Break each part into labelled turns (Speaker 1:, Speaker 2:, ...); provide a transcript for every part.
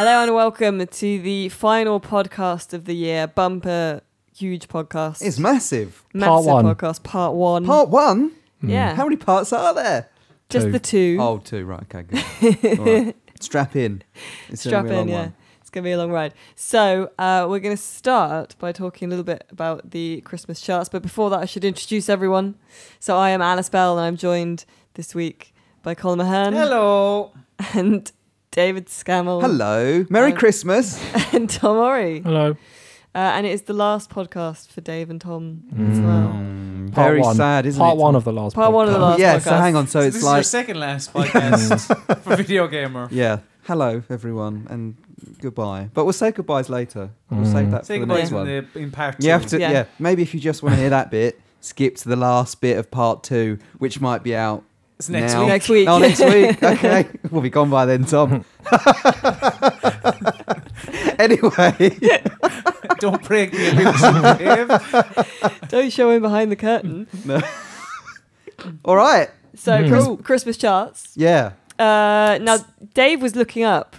Speaker 1: welcome to the final podcast of the year, bumper, huge podcast.
Speaker 2: It's massive.
Speaker 1: massive
Speaker 3: Part one.
Speaker 1: podcast, part one.
Speaker 2: Part one.
Speaker 1: yeah,
Speaker 2: How many parts are there?
Speaker 1: just
Speaker 3: Two.
Speaker 1: the two.
Speaker 2: Oh, two. Right. Okay. Good. All right. Strap in. It's gonna
Speaker 1: Strap
Speaker 2: be a long
Speaker 1: in, yeah.
Speaker 2: one.
Speaker 1: It's going to be a long ride. So, uh, we're going to start by talking a little bit about the Christmas charts. But before that, I should introduce everyone. So, I am Alice Bell, and I'm joined this week by Colin
Speaker 4: Um,
Speaker 1: Mahern.
Speaker 2: Hello.
Speaker 1: And David Scammell.
Speaker 2: Hello. Merry
Speaker 1: Um,
Speaker 2: Christmas.
Speaker 1: And Tom Ori. Uh,
Speaker 3: Hello.
Speaker 1: and it is the last podcast for Dave and Tom as well.
Speaker 2: Mm,
Speaker 3: Part
Speaker 2: Very
Speaker 3: one.
Speaker 2: sad, isn't
Speaker 3: Part
Speaker 2: it?
Speaker 3: one of the last.
Speaker 1: Part one of the last
Speaker 3: podcast.
Speaker 2: yeah.
Speaker 1: podcast.
Speaker 2: So hang on. So,
Speaker 4: So
Speaker 2: it's
Speaker 4: this is
Speaker 2: like
Speaker 4: your second last podcast for Video Gamer.
Speaker 2: yeah. Hello everyone and goodbye. But we'll say goodbyes later. We'll
Speaker 3: Mm.
Speaker 2: save that
Speaker 4: Say
Speaker 2: for the
Speaker 4: goodbye
Speaker 2: next
Speaker 4: in,
Speaker 2: one.
Speaker 4: the, in part two.
Speaker 2: You have to,
Speaker 1: Yeah.
Speaker 2: yeah. Maybe if you just want to hear that bit, skip to the last bit of part two, which might be out
Speaker 4: It's next
Speaker 2: now.
Speaker 4: week.
Speaker 1: Next week.
Speaker 2: Oh, next week. Okay, we'll be gone by then, Tom. anyway,
Speaker 4: Don't break the illusion, Dave.
Speaker 1: Don't show him behind the curtain.
Speaker 2: Mm-hmm. all right.
Speaker 1: So,
Speaker 2: Mm-hmm.
Speaker 1: Chris- Christmas charts.
Speaker 2: Yeah,
Speaker 1: Uh, now Dave was looking up.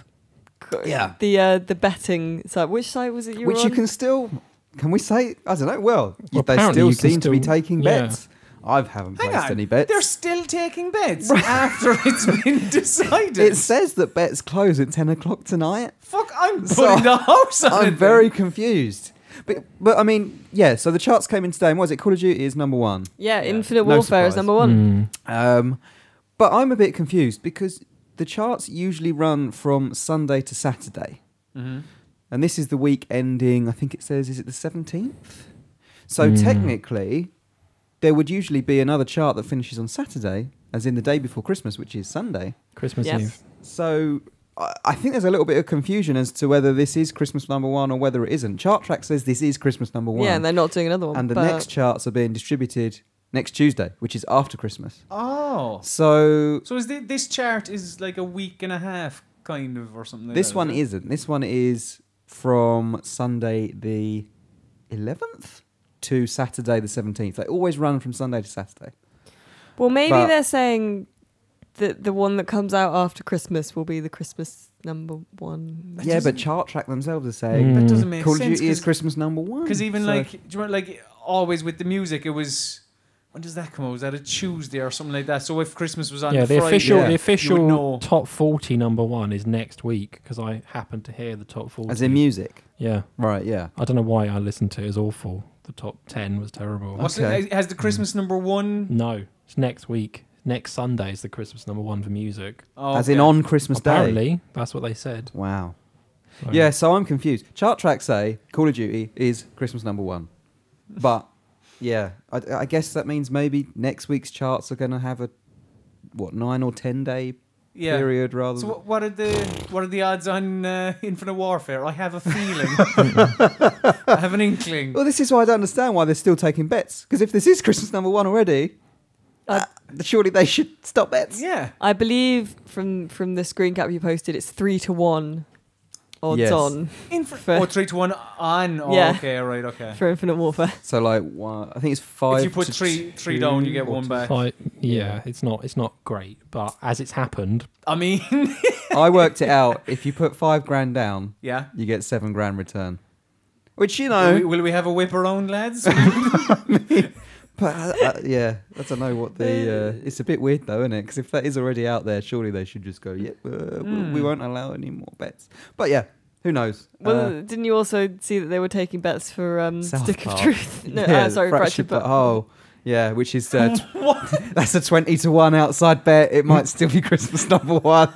Speaker 1: c-
Speaker 2: Yeah.
Speaker 1: The uh, the betting site. Which site was it you
Speaker 2: which
Speaker 1: were
Speaker 2: you
Speaker 1: on?
Speaker 2: can still. Can we say? I don't know. Well,
Speaker 3: Well,
Speaker 2: they
Speaker 3: apparently
Speaker 2: still
Speaker 3: you can
Speaker 2: seem to be
Speaker 3: still-
Speaker 2: taking
Speaker 3: yeah.
Speaker 2: bets. I haven't
Speaker 4: Hang
Speaker 2: placed
Speaker 4: on.
Speaker 2: any bets.
Speaker 4: They're still taking bets after it's been decided.
Speaker 2: It says that bets close at ten o'clock tonight.
Speaker 4: Fuck, I'm putting
Speaker 2: So,
Speaker 4: the house on it
Speaker 2: I'm
Speaker 4: then.
Speaker 2: very confused. But but I mean, yeah. So the charts came in today, and what is it? Call of Duty is number one.
Speaker 1: yeah, Infinite
Speaker 2: No
Speaker 1: Warfare is
Speaker 2: surprise. Mm-hmm.
Speaker 1: number one.
Speaker 3: Hmm.
Speaker 2: Um, but I'm a bit confused because the charts usually run from Sunday to Saturday.
Speaker 4: Mm-hmm.
Speaker 2: And this is the week ending, I think it says, is it the 17th?
Speaker 1: Hmm.
Speaker 2: So technically, there would usually be another chart that finishes on Saturday, as in the day before Christmas, which is Sunday.
Speaker 3: Christmas
Speaker 1: Yes.
Speaker 3: Eve.
Speaker 2: So I I think there's a little bit of confusion as to whether this is Christmas number one or whether it isn't. Chart Track says this is Christmas number one.
Speaker 1: Yeah, and they're not doing another one.
Speaker 2: and the
Speaker 1: but
Speaker 2: next charts are being distributed next Tuesday, which is after Christmas.
Speaker 4: Oh.
Speaker 2: So
Speaker 4: So is thi- this chart is like a week and a half, kind of, or something like
Speaker 2: This
Speaker 4: that,
Speaker 2: one
Speaker 4: it?
Speaker 2: isn't. This one is from Sunday the 11th to Saturday the 17th. They always run from Sunday to Saturday.
Speaker 1: well, maybe
Speaker 2: but-
Speaker 1: they're saying that the one that comes out after Christmas will be the Christmas number one.
Speaker 4: That
Speaker 2: yeah, but
Speaker 4: doesn't-
Speaker 2: Chart Track themselves are saying
Speaker 4: That
Speaker 3: Mm.
Speaker 4: doesn't make
Speaker 2: Call of
Speaker 4: sense.
Speaker 2: Duty is
Speaker 4: 'cause-
Speaker 2: Christmas number one.
Speaker 3: Hmm.
Speaker 4: Because even
Speaker 2: So-
Speaker 4: like, do you remember, like always with the music, it was when does that come out? Was that a Tuesday or something like that? So if Christmas was on,
Speaker 3: Yeah, the
Speaker 4: Friday,
Speaker 3: official
Speaker 2: yeah.
Speaker 3: the
Speaker 2: You
Speaker 3: official
Speaker 4: know.
Speaker 3: top forty number one is next week because I happened to hear the top forty.
Speaker 2: As in music.
Speaker 3: yeah,
Speaker 2: Right, yeah.
Speaker 3: I don't know why I listened to it. It was awful. The top ten was terrible.
Speaker 4: What's
Speaker 2: Okay.
Speaker 4: it, has the Christmas number
Speaker 2: Mm.
Speaker 4: one?
Speaker 3: No, it's next week. Next Sunday is the Christmas number one for music.
Speaker 4: Oh,
Speaker 2: As in
Speaker 4: okay.
Speaker 2: on Christmas Day.
Speaker 3: Apparently, that's what they said.
Speaker 2: Wow.
Speaker 3: So-
Speaker 2: Yeah, so I'm confused. Chart Track say Call of Duty is Christmas number one. But yeah, I, I guess that means maybe next week's charts are going to have a, what, nine or ten day
Speaker 4: yeah.
Speaker 2: period rather
Speaker 4: So
Speaker 2: than.
Speaker 4: what, what are the what are the odds on uh, Infinite Warfare? I have a feeling. I have an inkling.
Speaker 2: Well, this is why I don't understand why they're still taking bets. Because if this is Christmas number one already, uh,
Speaker 1: I,
Speaker 2: surely they should stop bets.
Speaker 4: Yeah.
Speaker 1: I believe from from the screen cap you posted, it's three to one odds
Speaker 2: Yes.
Speaker 1: on
Speaker 4: Infinite.
Speaker 1: For-
Speaker 4: Oh, three to one on. Oh,
Speaker 1: Yeah.
Speaker 4: Okay. Right. Okay.
Speaker 1: for Infinite Warfare.
Speaker 2: So like, one, I think it's five.
Speaker 4: if you put
Speaker 2: to
Speaker 4: three three
Speaker 2: two
Speaker 4: down, you get
Speaker 2: or
Speaker 4: one
Speaker 2: two-
Speaker 4: back.
Speaker 3: Like, yeah, it's not it's not great, but as it's happened,
Speaker 4: I mean,
Speaker 2: I worked it out. If you put five grand down,
Speaker 4: yeah.
Speaker 2: you get seven grand return. Which you
Speaker 4: Will we,
Speaker 2: know,
Speaker 4: will we have a whip around, lads?
Speaker 2: but uh, yeah, I don't know what the. Uh, it's a bit weird though, isn't it? Because if that is already out there, surely they should just go. Yeah, uh, we-
Speaker 4: Hmm.
Speaker 2: we won't allow any more bets. But yeah, who knows? Uh,
Speaker 1: Well, didn't you also see that they were taking bets for um,
Speaker 2: South
Speaker 1: Stick
Speaker 2: Park.
Speaker 1: of Truth? No, uh,
Speaker 2: Yeah,
Speaker 1: sorry, Fractured
Speaker 2: But
Speaker 1: But
Speaker 2: Oh, yeah, which is uh, tw- that's a twenty to one outside bet. It might still be Christmas number one.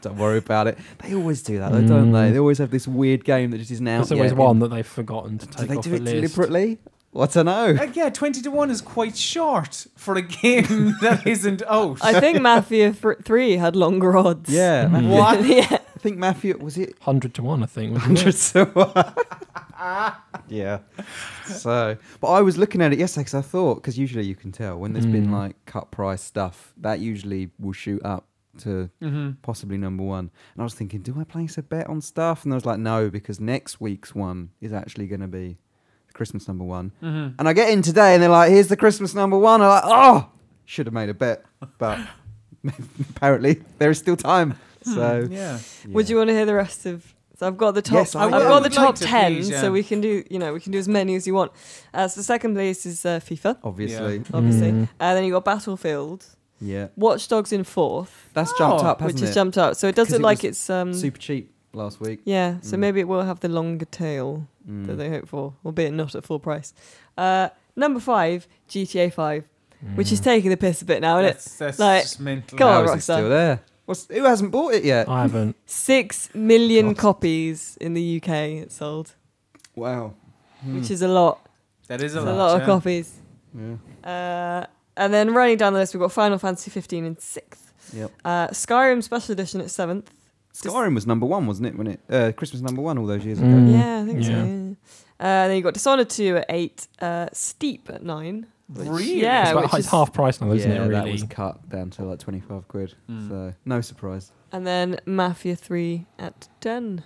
Speaker 2: don't worry about it. They always do that, though,
Speaker 3: Mm.
Speaker 2: don't they? They always have this weird game that just isn't out.
Speaker 3: there's always
Speaker 2: yet.
Speaker 3: one that they've forgotten to
Speaker 2: Do
Speaker 3: take
Speaker 2: they
Speaker 3: off
Speaker 2: do
Speaker 3: the
Speaker 2: it
Speaker 3: list.
Speaker 2: deliberately? Well, I don't know.
Speaker 4: Uh, yeah, 20 to 1 is quite short for a game that isn't out.
Speaker 1: I think Mafia Fr- 3 had longer odds.
Speaker 2: Yeah, Matthew-
Speaker 4: what?
Speaker 1: yeah.
Speaker 2: I think Matthew was it
Speaker 3: Hundred to one, I think. wasn't it?
Speaker 2: hundred to one. yeah. So, but I was looking at it yesterday because I thought because usually you can tell when there's been like cut price stuff that usually will shoot up to possibly number one. And I was thinking, do I place a bet on stuff? And I was like, no, because next week's one is actually going to be the Christmas number one. And I get in today, and they're like, here's the Christmas number one. I'm like, oh, should have made a bet, but apparently there is still time. So
Speaker 4: Yeah.
Speaker 1: Would you want to hear the rest of So I've got the top.
Speaker 2: Yes, I
Speaker 1: I've
Speaker 2: would.
Speaker 1: got
Speaker 2: I
Speaker 1: the
Speaker 4: would
Speaker 1: top
Speaker 4: like to
Speaker 1: ten,
Speaker 4: please, yeah.
Speaker 1: so we can do. You know, we can do as many as you want. Uh, so second place is uh, FIFA,
Speaker 2: obviously.
Speaker 4: Yeah.
Speaker 1: obviously.
Speaker 3: Mm.
Speaker 1: Uh, then you got Battlefield,
Speaker 2: Yeah,
Speaker 1: Watch Dogs in fourth,
Speaker 2: that's jumped
Speaker 4: Oh,
Speaker 2: up,
Speaker 1: which
Speaker 2: hasn't
Speaker 1: has
Speaker 2: it?
Speaker 1: jumped up. So it does
Speaker 2: 'Cause
Speaker 1: look
Speaker 2: it
Speaker 1: like
Speaker 2: was
Speaker 1: it's um.
Speaker 2: Super cheap last week.
Speaker 1: Yeah, so
Speaker 2: Mm.
Speaker 1: maybe it will have the longer tail
Speaker 2: Mm.
Speaker 1: that they hope for, albeit not at full price. Uh, number five, GTA Five, which
Speaker 3: Hmm.
Speaker 1: is taking the piss a bit now, isn't it?
Speaker 4: That's, that's
Speaker 1: Like,
Speaker 4: just mental.
Speaker 1: come
Speaker 2: How
Speaker 1: on,
Speaker 2: is
Speaker 1: Rockstar.
Speaker 2: it still there? Oh. What's, who hasn't bought it yet?
Speaker 3: I haven't.
Speaker 1: Six million
Speaker 2: God.
Speaker 1: copies in the UK it sold,
Speaker 2: Wow.
Speaker 1: which is a lot.
Speaker 4: That is
Speaker 1: It's
Speaker 4: a
Speaker 1: a
Speaker 4: lot.
Speaker 1: lot of
Speaker 4: yeah.
Speaker 1: copies.
Speaker 2: Yeah.
Speaker 1: Uh, and then running down the list, we've got Final Fantasy 15 in sixth.
Speaker 2: Yep.
Speaker 1: Uh, Skyrim Special Edition at seventh.
Speaker 2: Skyrim was number one, wasn't it? When it uh, Christmas number one all those years ago.
Speaker 3: Mm.
Speaker 1: Yeah, I think so.
Speaker 3: Yeah.
Speaker 1: yeah. Uh, then you got Dishonored 2 at eight. Uh, Steep at nine. which-
Speaker 4: Really?
Speaker 1: Yeah,
Speaker 3: it's, about-
Speaker 1: which
Speaker 3: it's
Speaker 1: is-
Speaker 3: half price now, isn't
Speaker 2: yeah,
Speaker 3: Oh, it?
Speaker 2: that
Speaker 3: Really.
Speaker 2: was cut down to like twenty five quid.
Speaker 4: Mm.
Speaker 2: So no surprise.
Speaker 1: And then Mafia 3 at 10.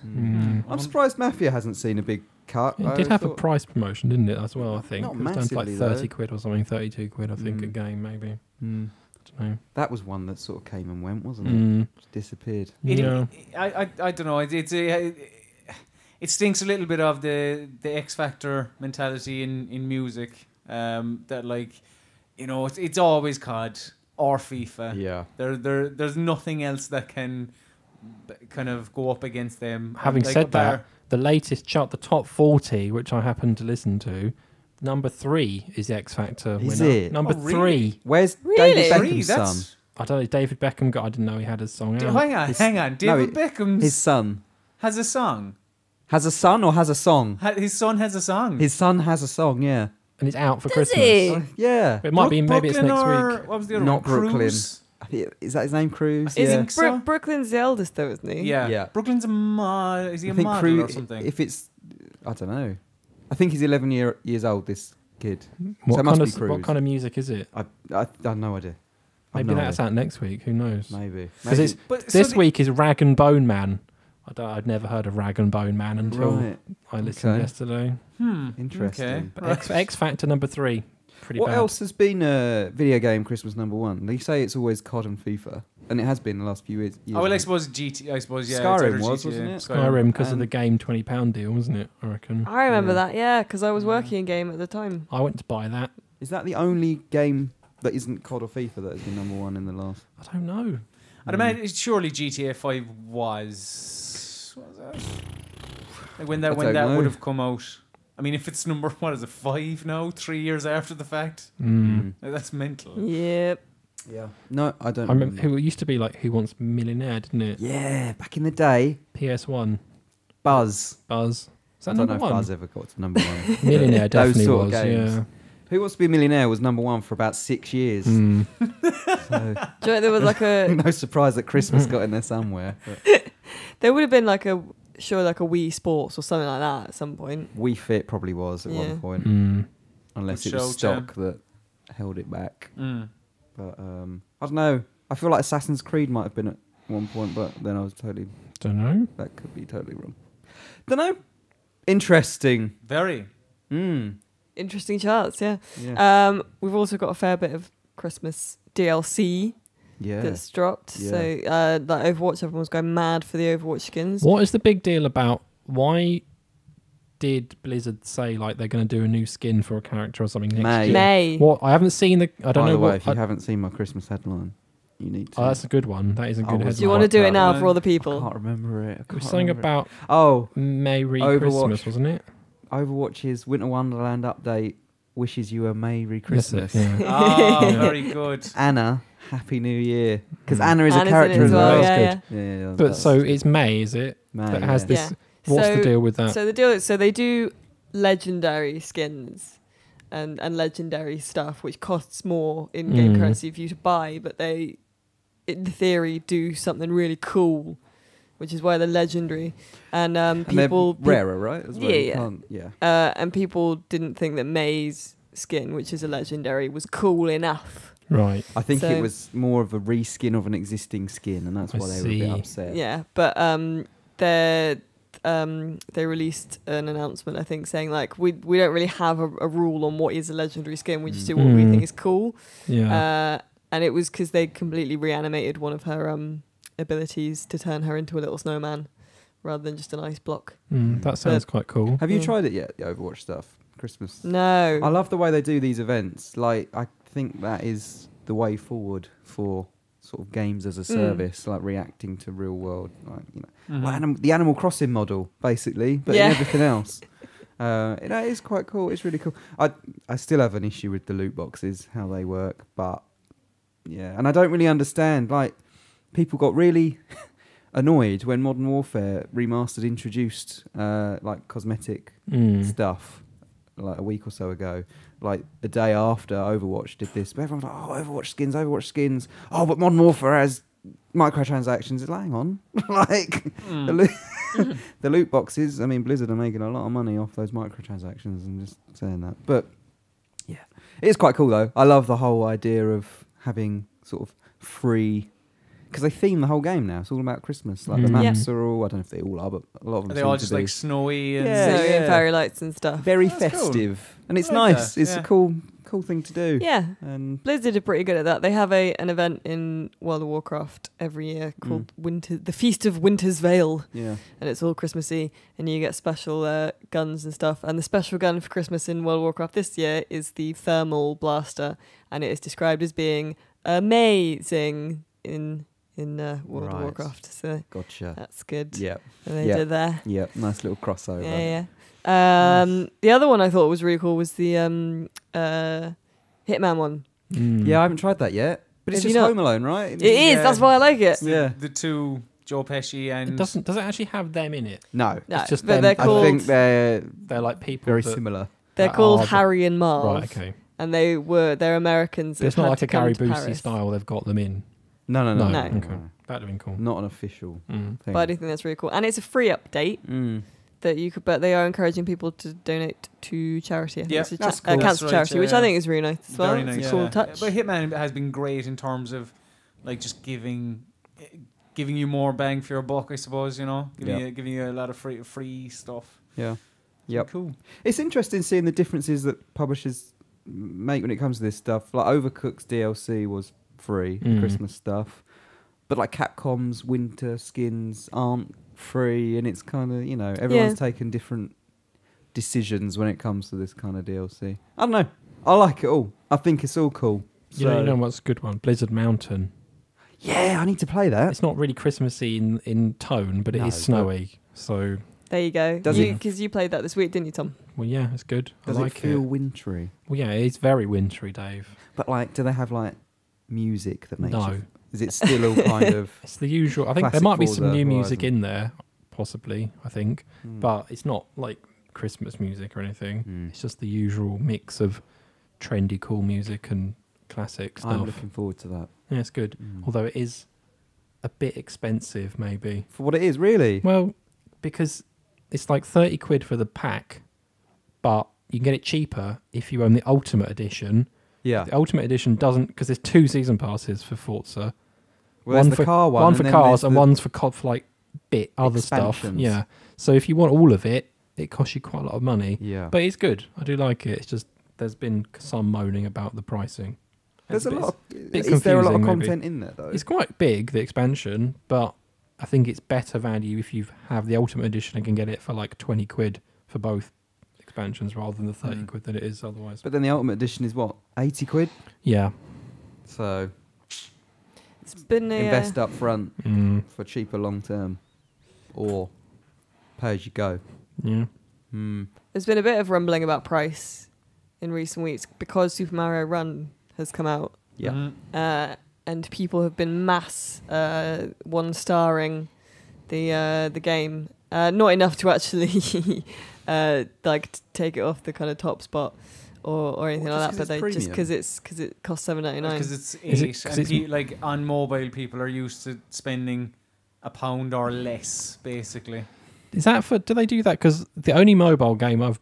Speaker 3: Mm.
Speaker 2: I'm surprised Mafia hasn't seen a big cut.
Speaker 3: It
Speaker 2: I
Speaker 3: did have a
Speaker 2: thought-
Speaker 3: price promotion, didn't it? As well, I think.
Speaker 2: Not
Speaker 3: it was down to like
Speaker 2: massively, though.
Speaker 3: thirty quid or something, thirty-two quid, I think, a
Speaker 2: Mm.
Speaker 3: game maybe.
Speaker 2: Mm.
Speaker 3: I don't know.
Speaker 2: That was one that sort of came and went, wasn't it?
Speaker 3: Mm.
Speaker 2: Just disappeared.
Speaker 4: It,
Speaker 3: Yeah.
Speaker 4: I, I, I don't know. It, it's a, it stinks a little bit of the the X Factor mentality in in music. Um, that like, you know, it's, it's always COD or FIFA.
Speaker 2: Yeah.
Speaker 4: There there there's nothing else that can b- kind of go up against them.
Speaker 3: Having
Speaker 4: Like,
Speaker 3: said that,
Speaker 4: bar-
Speaker 3: the latest chart, the top 40, which I happen to listen to, number three is the X Factor
Speaker 2: Is
Speaker 3: winner.
Speaker 2: it?
Speaker 3: Number
Speaker 4: Oh,
Speaker 3: three.
Speaker 4: really?
Speaker 2: Where's
Speaker 1: Really?
Speaker 2: David
Speaker 4: Three,
Speaker 2: Beckham's son?
Speaker 4: that's
Speaker 3: I don't know. David Beckham got. I didn't know he had a song
Speaker 4: d-
Speaker 3: out.
Speaker 4: hang on,
Speaker 2: His-
Speaker 4: hang on.
Speaker 2: Mm. no,
Speaker 4: David Beckham's
Speaker 2: His son
Speaker 4: has a song.
Speaker 2: has a son or has a song.
Speaker 4: Ha- His son has a song.
Speaker 2: His son has a song. Yeah.
Speaker 3: and it's out for
Speaker 1: Does
Speaker 3: Christmas.
Speaker 1: he?
Speaker 2: Uh, yeah.
Speaker 3: But It might be.
Speaker 4: Brook-
Speaker 3: Maybe
Speaker 4: Brooklyn
Speaker 3: it's next
Speaker 4: or,
Speaker 3: week.
Speaker 4: What was the other
Speaker 2: Not
Speaker 4: one?
Speaker 2: Brooklyn.
Speaker 4: Cruise?
Speaker 2: I think- Is that his name, Cruz?
Speaker 4: I
Speaker 2: yeah.
Speaker 4: think so.
Speaker 1: Bro- Brooklyn's the eldest, though, isn't he?
Speaker 4: Yeah.
Speaker 2: Yeah.
Speaker 4: Brooklyn's a mod. Is he
Speaker 2: I
Speaker 4: a
Speaker 2: think
Speaker 4: model
Speaker 2: Cruz-
Speaker 4: or something?
Speaker 2: If it's, I don't know. I think he's 11 year, years old. This kid.
Speaker 3: What,
Speaker 2: so it
Speaker 3: kind
Speaker 2: must
Speaker 3: of,
Speaker 2: be Cruz.
Speaker 3: what kind of music is it?
Speaker 2: I, I, I have no idea. I've
Speaker 3: Maybe
Speaker 2: no
Speaker 3: that's
Speaker 2: idea.
Speaker 3: out next week. Who knows?
Speaker 2: Maybe.
Speaker 3: 'Cause it's-
Speaker 4: but so
Speaker 3: This
Speaker 4: the-
Speaker 3: week is Rag and Bone Man. I don't, I'd never heard of Rag and Bone Man until
Speaker 2: Right.
Speaker 3: I listened
Speaker 2: okay.
Speaker 3: yesterday.
Speaker 4: Hmm.
Speaker 2: Interesting.
Speaker 4: Okay.
Speaker 3: But
Speaker 4: Right.
Speaker 3: X, X Factor number three, pretty
Speaker 2: What
Speaker 3: bad.
Speaker 2: else has been uh, video game Christmas number one? They say it's always COD and FIFA, and it has been the last few years.
Speaker 4: Oh, well, I
Speaker 2: years.
Speaker 4: suppose GT. I suppose yeah.
Speaker 2: Skyrim
Speaker 4: it's either
Speaker 2: was,
Speaker 4: GTA,
Speaker 2: wasn't it?
Speaker 3: Skyrim because of
Speaker 2: And-
Speaker 3: the game twenty pound deal, wasn't it? I reckon.
Speaker 1: I remember
Speaker 2: Yeah.
Speaker 1: that, yeah, because I was working in game at the time.
Speaker 3: I went to buy that.
Speaker 2: Is that the only game that isn't COD or FIFA that has been number one in the last?
Speaker 3: I don't know.
Speaker 4: I'd imagine surely GTA Five was. What was that? Like when
Speaker 2: I
Speaker 4: that when
Speaker 2: don't
Speaker 4: that would
Speaker 2: know.
Speaker 4: have come out. I mean, if it's number what is it five now? Three years after the fact,
Speaker 2: Hmm.
Speaker 3: Mm.
Speaker 4: Like, that's mental.
Speaker 1: Yep.
Speaker 2: Yeah. No, I don't.
Speaker 3: I remember who it used to be like Who Wants Millionaire, didn't it?
Speaker 2: Yeah, back in the day,
Speaker 3: PS One,
Speaker 2: Buzz.
Speaker 3: Buzz. Is that
Speaker 2: I don't
Speaker 3: number
Speaker 2: know if
Speaker 3: one?
Speaker 2: Buzz ever got to number one.
Speaker 3: Millionaire
Speaker 2: Those
Speaker 3: definitely
Speaker 2: sort of
Speaker 3: was.
Speaker 2: games.
Speaker 3: Yeah.
Speaker 2: Who Wants to Be a Millionaire was number one for about six years.
Speaker 3: Mm.
Speaker 2: So
Speaker 1: Do you know, there was like a,
Speaker 2: no surprise that Christmas got in there somewhere. But
Speaker 1: there would have been like a, sure, like a Wii Sports or something like that at some point.
Speaker 2: Wii Fit probably was at
Speaker 1: Yeah.
Speaker 2: one point,
Speaker 3: Mm.
Speaker 2: unless
Speaker 4: Good
Speaker 2: it was
Speaker 4: show, Jam.
Speaker 2: stock that held it back.
Speaker 4: Mm.
Speaker 2: But um, I don't know. I feel like Assassin's Creed might have been at one point, but then I was totally
Speaker 3: Don't know.
Speaker 2: that could be totally wrong. Don't know. Interesting.
Speaker 4: Very.
Speaker 2: Mm.
Speaker 1: Interesting charts, yeah.
Speaker 2: Yeah.
Speaker 1: Um, we've also got a fair bit of Christmas DLC
Speaker 2: yeah.
Speaker 1: that's dropped. So, uh, like Overwatch, everyone's going mad for the Overwatch skins.
Speaker 3: What is the big deal about why did Blizzard say like they're going to do a new skin for a character or something next
Speaker 2: May.
Speaker 3: year?
Speaker 1: May.
Speaker 3: What I haven't seen the. I don't
Speaker 2: By
Speaker 3: know
Speaker 2: the way,
Speaker 3: what.
Speaker 2: if you
Speaker 3: I-
Speaker 2: haven't seen my Christmas headline, you need to.
Speaker 3: oh, that's a good one. That is a
Speaker 2: Oh,
Speaker 3: good
Speaker 2: was
Speaker 1: Do you
Speaker 2: it
Speaker 3: headline.
Speaker 1: want to do it now
Speaker 4: Um,
Speaker 1: for all the
Speaker 2: I
Speaker 1: people?
Speaker 2: can't remember it. I
Speaker 3: It was
Speaker 2: can't
Speaker 3: something
Speaker 2: remember it.
Speaker 3: about
Speaker 2: Oh,
Speaker 3: Merry
Speaker 2: Overwatch.
Speaker 3: Christmas, wasn't it?
Speaker 2: Overwatch's Winter Wonderland update wishes you a Merry
Speaker 3: Yes, it-
Speaker 2: Christmas.
Speaker 3: yeah.
Speaker 4: Ah, very good.
Speaker 2: Anna, Happy New Year. Because
Speaker 3: Hmm.
Speaker 2: Anna is
Speaker 1: Anna's
Speaker 2: a
Speaker 1: in
Speaker 2: character
Speaker 1: it
Speaker 2: as
Speaker 1: as well,
Speaker 2: well.
Speaker 1: yeah,
Speaker 3: That's
Speaker 2: Yeah, yeah, yeah,
Speaker 3: But
Speaker 2: that's-
Speaker 3: so it's May, is it?
Speaker 2: May,
Speaker 3: that has
Speaker 2: yeah.
Speaker 3: this. What's
Speaker 1: so,
Speaker 3: the deal
Speaker 2: Ah.
Speaker 3: with that?
Speaker 1: So the deal is, so they do legendary skins and and legendary stuff, which costs more in game
Speaker 3: Mm.
Speaker 1: currency for you to buy, but they, in theory, do something really cool, which is why they're legendary. And um,
Speaker 2: And they're
Speaker 1: people pe-
Speaker 2: rarer, right? As well.
Speaker 1: Yeah,
Speaker 2: You
Speaker 1: yeah.
Speaker 2: can't- yeah.
Speaker 1: uh, and people didn't think that May's skin, which is a legendary, was cool enough.
Speaker 3: right.
Speaker 2: I think
Speaker 1: So-
Speaker 2: it was more of a reskin of an existing skin, and that's
Speaker 3: I
Speaker 2: why they were a bit
Speaker 3: see.
Speaker 1: Yeah,
Speaker 2: upset.
Speaker 1: but um, they um, they released an announcement, I think, saying like we we don't really have a, a rule on what is a legendary skin. We just do what we
Speaker 3: Mm.
Speaker 1: think is cool.
Speaker 3: Yeah.
Speaker 1: Uh, and it was because they completely reanimated one of her um abilities to turn her into a little snowman, rather than just an ice block.
Speaker 3: Mm, that sounds quite cool.
Speaker 2: Have you
Speaker 1: Yeah.
Speaker 2: tried it yet? The Overwatch stuff, Christmas.
Speaker 1: Mm. No.
Speaker 2: I love the way they do these events. Like, I think that is the way forward for sort of games
Speaker 1: Mm.
Speaker 2: as a service, like reacting to real world, like you know, well,
Speaker 4: Mm.
Speaker 2: anim- the Animal Crossing model, basically, but in
Speaker 1: Yeah.
Speaker 2: everything else. Uh, that is quite cool. It's really cool. I I still have an issue with the loot boxes, how they work, but yeah, and I don't really understand. Like, people got really annoyed when Modern Warfare Remastered introduced uh, like cosmetic
Speaker 3: Mm.
Speaker 2: stuff like a week or so ago, like a day after Overwatch did this. But everyone's like, oh, Overwatch skins, Overwatch skins. Oh, but Modern Warfare has microtransactions. It's like, hang on. like,
Speaker 4: Mm.
Speaker 2: the, loo- the loot boxes, I mean, Blizzard are making a lot of money off those microtransactions. I'm just saying that. But yeah, it's quite cool though. I love the whole idea of having sort of free. Because they theme the whole game now. It's all about Christmas. Like the
Speaker 3: Mm. Yeah.
Speaker 2: maps are all, I don't know if they all are, but a lot of them
Speaker 4: Are they
Speaker 2: seem
Speaker 4: all
Speaker 2: to
Speaker 4: just
Speaker 2: be
Speaker 4: like snowy and
Speaker 1: so,
Speaker 2: Yeah,
Speaker 1: yeah,
Speaker 2: yeah.
Speaker 1: fairy lights and stuff.
Speaker 2: very
Speaker 4: That's cool.
Speaker 2: festive, and it's
Speaker 4: I like
Speaker 2: nice.
Speaker 4: that,
Speaker 2: It's
Speaker 4: yeah.
Speaker 2: a cool, cool thing to do.
Speaker 1: Yeah.
Speaker 2: And
Speaker 1: Blizzard are pretty good at that. They have a an event in World of Warcraft every year called Winter the Feast of Winter's Vale,
Speaker 2: yeah,
Speaker 1: and it's all Christmassy, and you get special uh, guns and stuff. And the special gun for Christmas in World of Warcraft this year is the thermal blaster, and it is described as being amazing in in uh, World of
Speaker 2: Right.
Speaker 1: Warcraft. So
Speaker 2: gotcha.
Speaker 1: that's good.
Speaker 2: Yep,
Speaker 1: that They
Speaker 2: Yeah.
Speaker 1: did there.
Speaker 2: yep. Nice little crossover.
Speaker 1: Yeah, yeah. Um, the other one I thought was really cool was the um, uh, Hitman one.
Speaker 3: Mm.
Speaker 2: Yeah, I haven't tried that yet, but it's
Speaker 1: Have you
Speaker 2: just
Speaker 1: not?
Speaker 2: Home Alone, right?
Speaker 1: It is. That's why I like it.
Speaker 4: the,
Speaker 2: Yeah.
Speaker 4: the two Joe Pesci and
Speaker 3: It doesn't. Does it actually have them in it?
Speaker 2: No,
Speaker 1: No,
Speaker 3: It's just
Speaker 1: but
Speaker 3: them-
Speaker 1: they're
Speaker 2: I
Speaker 1: called
Speaker 2: think they're
Speaker 3: They're like people.
Speaker 2: very
Speaker 3: that-
Speaker 2: similar.
Speaker 1: they're
Speaker 3: Oh,
Speaker 1: called
Speaker 3: but-
Speaker 1: Harry and Marv,
Speaker 3: Right. Okay.
Speaker 1: and they were they're Americans.
Speaker 3: But
Speaker 1: that
Speaker 3: it's not
Speaker 1: had
Speaker 3: like
Speaker 1: to
Speaker 3: a Gary
Speaker 1: come to
Speaker 3: Busey
Speaker 1: Paris.
Speaker 3: style. They've got them in.
Speaker 2: No, no, no,
Speaker 1: No.
Speaker 3: Okay. That'd have been cool.
Speaker 2: Not an official
Speaker 3: Mm.
Speaker 2: thing.
Speaker 1: But I do think that's really cool, and it's a free update
Speaker 2: Mm.
Speaker 1: that you could. But they are encouraging people to donate to charity. I think
Speaker 4: Yeah,
Speaker 1: it's a uh,
Speaker 2: that's cool.
Speaker 1: cancer
Speaker 4: That's right,
Speaker 1: charity,
Speaker 4: yeah,
Speaker 1: which I
Speaker 4: yeah.
Speaker 1: think is really nice as well.
Speaker 4: Very
Speaker 1: it's
Speaker 4: nice.
Speaker 1: a cool
Speaker 4: yeah.
Speaker 1: touch.
Speaker 4: But Hitman has been great in terms of like just giving giving you more bang for your buck, I suppose, you know? Giving
Speaker 2: Yeah.
Speaker 4: you giving you a lot of free free stuff.
Speaker 2: Yeah, yep.
Speaker 4: Cool.
Speaker 2: It's interesting seeing the differences that publishers m- make when it comes to this stuff. Like Overcook's DLC was free
Speaker 3: Mm.
Speaker 2: Christmas stuff, but like Capcom's winter skins aren't free, and it's kind of you know everyone's taken different decisions when it comes to this kind of DLC. I don't know. I like it all. I think it's all cool.
Speaker 3: You know, you
Speaker 2: So-
Speaker 3: know what's a good one? Blizzard Mountain.
Speaker 2: yeah, I need to play that.
Speaker 3: It's not really Christmassy in, in tone, but it is
Speaker 2: No, but-
Speaker 3: snowy. So,
Speaker 1: There you go.
Speaker 2: Does
Speaker 1: you
Speaker 2: it-
Speaker 1: because you played that this week, didn't you, Tom?
Speaker 3: well, yeah, it's good.
Speaker 2: Does
Speaker 3: I like
Speaker 2: it feel
Speaker 3: it.
Speaker 2: wintry?
Speaker 3: Well, yeah, it's very wintry, Dave.
Speaker 2: But like, do they have like music that makes? you
Speaker 3: No.
Speaker 2: f- is it still all kind of?
Speaker 3: It's the usual. I think there
Speaker 2: Classic
Speaker 3: might be
Speaker 2: Forza
Speaker 3: some new music
Speaker 2: Horizon.
Speaker 3: in there, possibly, I think,
Speaker 2: Mm.
Speaker 3: but it's not like Christmas music or anything.
Speaker 2: Mm.
Speaker 3: It's just the usual mix of trendy, cool music and classic stuff.
Speaker 2: I'm looking forward to that.
Speaker 3: yeah, it's good.
Speaker 2: Mm.
Speaker 3: Although it is a bit expensive, maybe.
Speaker 2: For what it is, really.
Speaker 3: Well, because it's like 30 quid for the pack, but you can get it cheaper if you own the Ultimate Edition.
Speaker 2: Yeah.
Speaker 3: The Ultimate Edition doesn't, because there's two season passes for Forza.
Speaker 2: Well, there's
Speaker 3: one
Speaker 2: the
Speaker 3: for-
Speaker 2: car one,
Speaker 3: one
Speaker 2: and
Speaker 3: for
Speaker 2: then
Speaker 3: cars
Speaker 2: there's
Speaker 3: and
Speaker 2: the-
Speaker 3: one's for co- for like bit other stuff.
Speaker 2: Expansions.
Speaker 3: Yeah. So if you want all of it, it costs you quite a lot of money.
Speaker 2: Yeah,
Speaker 3: But it's good. I do like it. It's just there's been some moaning about the pricing.
Speaker 2: there's
Speaker 3: It's
Speaker 2: a
Speaker 3: bit-
Speaker 2: lot. Of,
Speaker 3: bit
Speaker 2: is there a lot of
Speaker 3: confusing, maybe.
Speaker 2: content in there though?
Speaker 3: It's quite big the expansion, but I think it's better value if you have the ultimate edition and can get it for like twenty quid for both expansions rather than the thirty
Speaker 2: Mm.
Speaker 3: quid that it is otherwise.
Speaker 2: But then the ultimate edition is what eighty quid.
Speaker 3: yeah.
Speaker 2: So
Speaker 1: It's been a, uh,
Speaker 2: invest up front
Speaker 3: Mm.
Speaker 2: for cheaper long term, or pay as you go.
Speaker 3: Yeah.
Speaker 2: Hmm.
Speaker 1: There's been a bit of rumbling about price in recent weeks because Super Mario Run has come out.
Speaker 2: Yeah.
Speaker 4: Mhm.
Speaker 1: uh, and people have been mass uh, one starring the uh, the game. Uh, not enough to actually uh, like t- take it off the kind of top spot or, or anything
Speaker 2: Well,
Speaker 1: like
Speaker 2: just
Speaker 1: that, but
Speaker 2: 'cause
Speaker 1: they
Speaker 2: it's
Speaker 1: just
Speaker 2: premium.
Speaker 1: because it's because it costs seven ninety nine.
Speaker 4: Because Oh, it's
Speaker 3: Is it-
Speaker 4: eight,
Speaker 3: 'cause
Speaker 4: and
Speaker 3: it's-
Speaker 4: pe- like on mobile, people are used to spending a pound or less, basically.
Speaker 3: Is that for? Do they do that? Because the only mobile game I've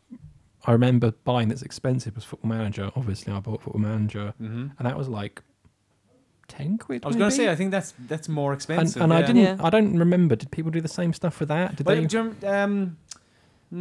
Speaker 3: I remember buying that's expensive was Football Manager. Obviously, I bought Football Manager,
Speaker 4: hmm
Speaker 3: and that was like ten quid.
Speaker 4: I was going to
Speaker 3: maybe?
Speaker 4: say, I think that's that's more
Speaker 3: and,
Speaker 4: expensive.
Speaker 3: and I
Speaker 4: yeah.
Speaker 3: didn't.
Speaker 1: Yeah.
Speaker 3: I don't remember. Did people do the same stuff with that? Did
Speaker 4: Well,
Speaker 3: they?
Speaker 4: do you rem- um,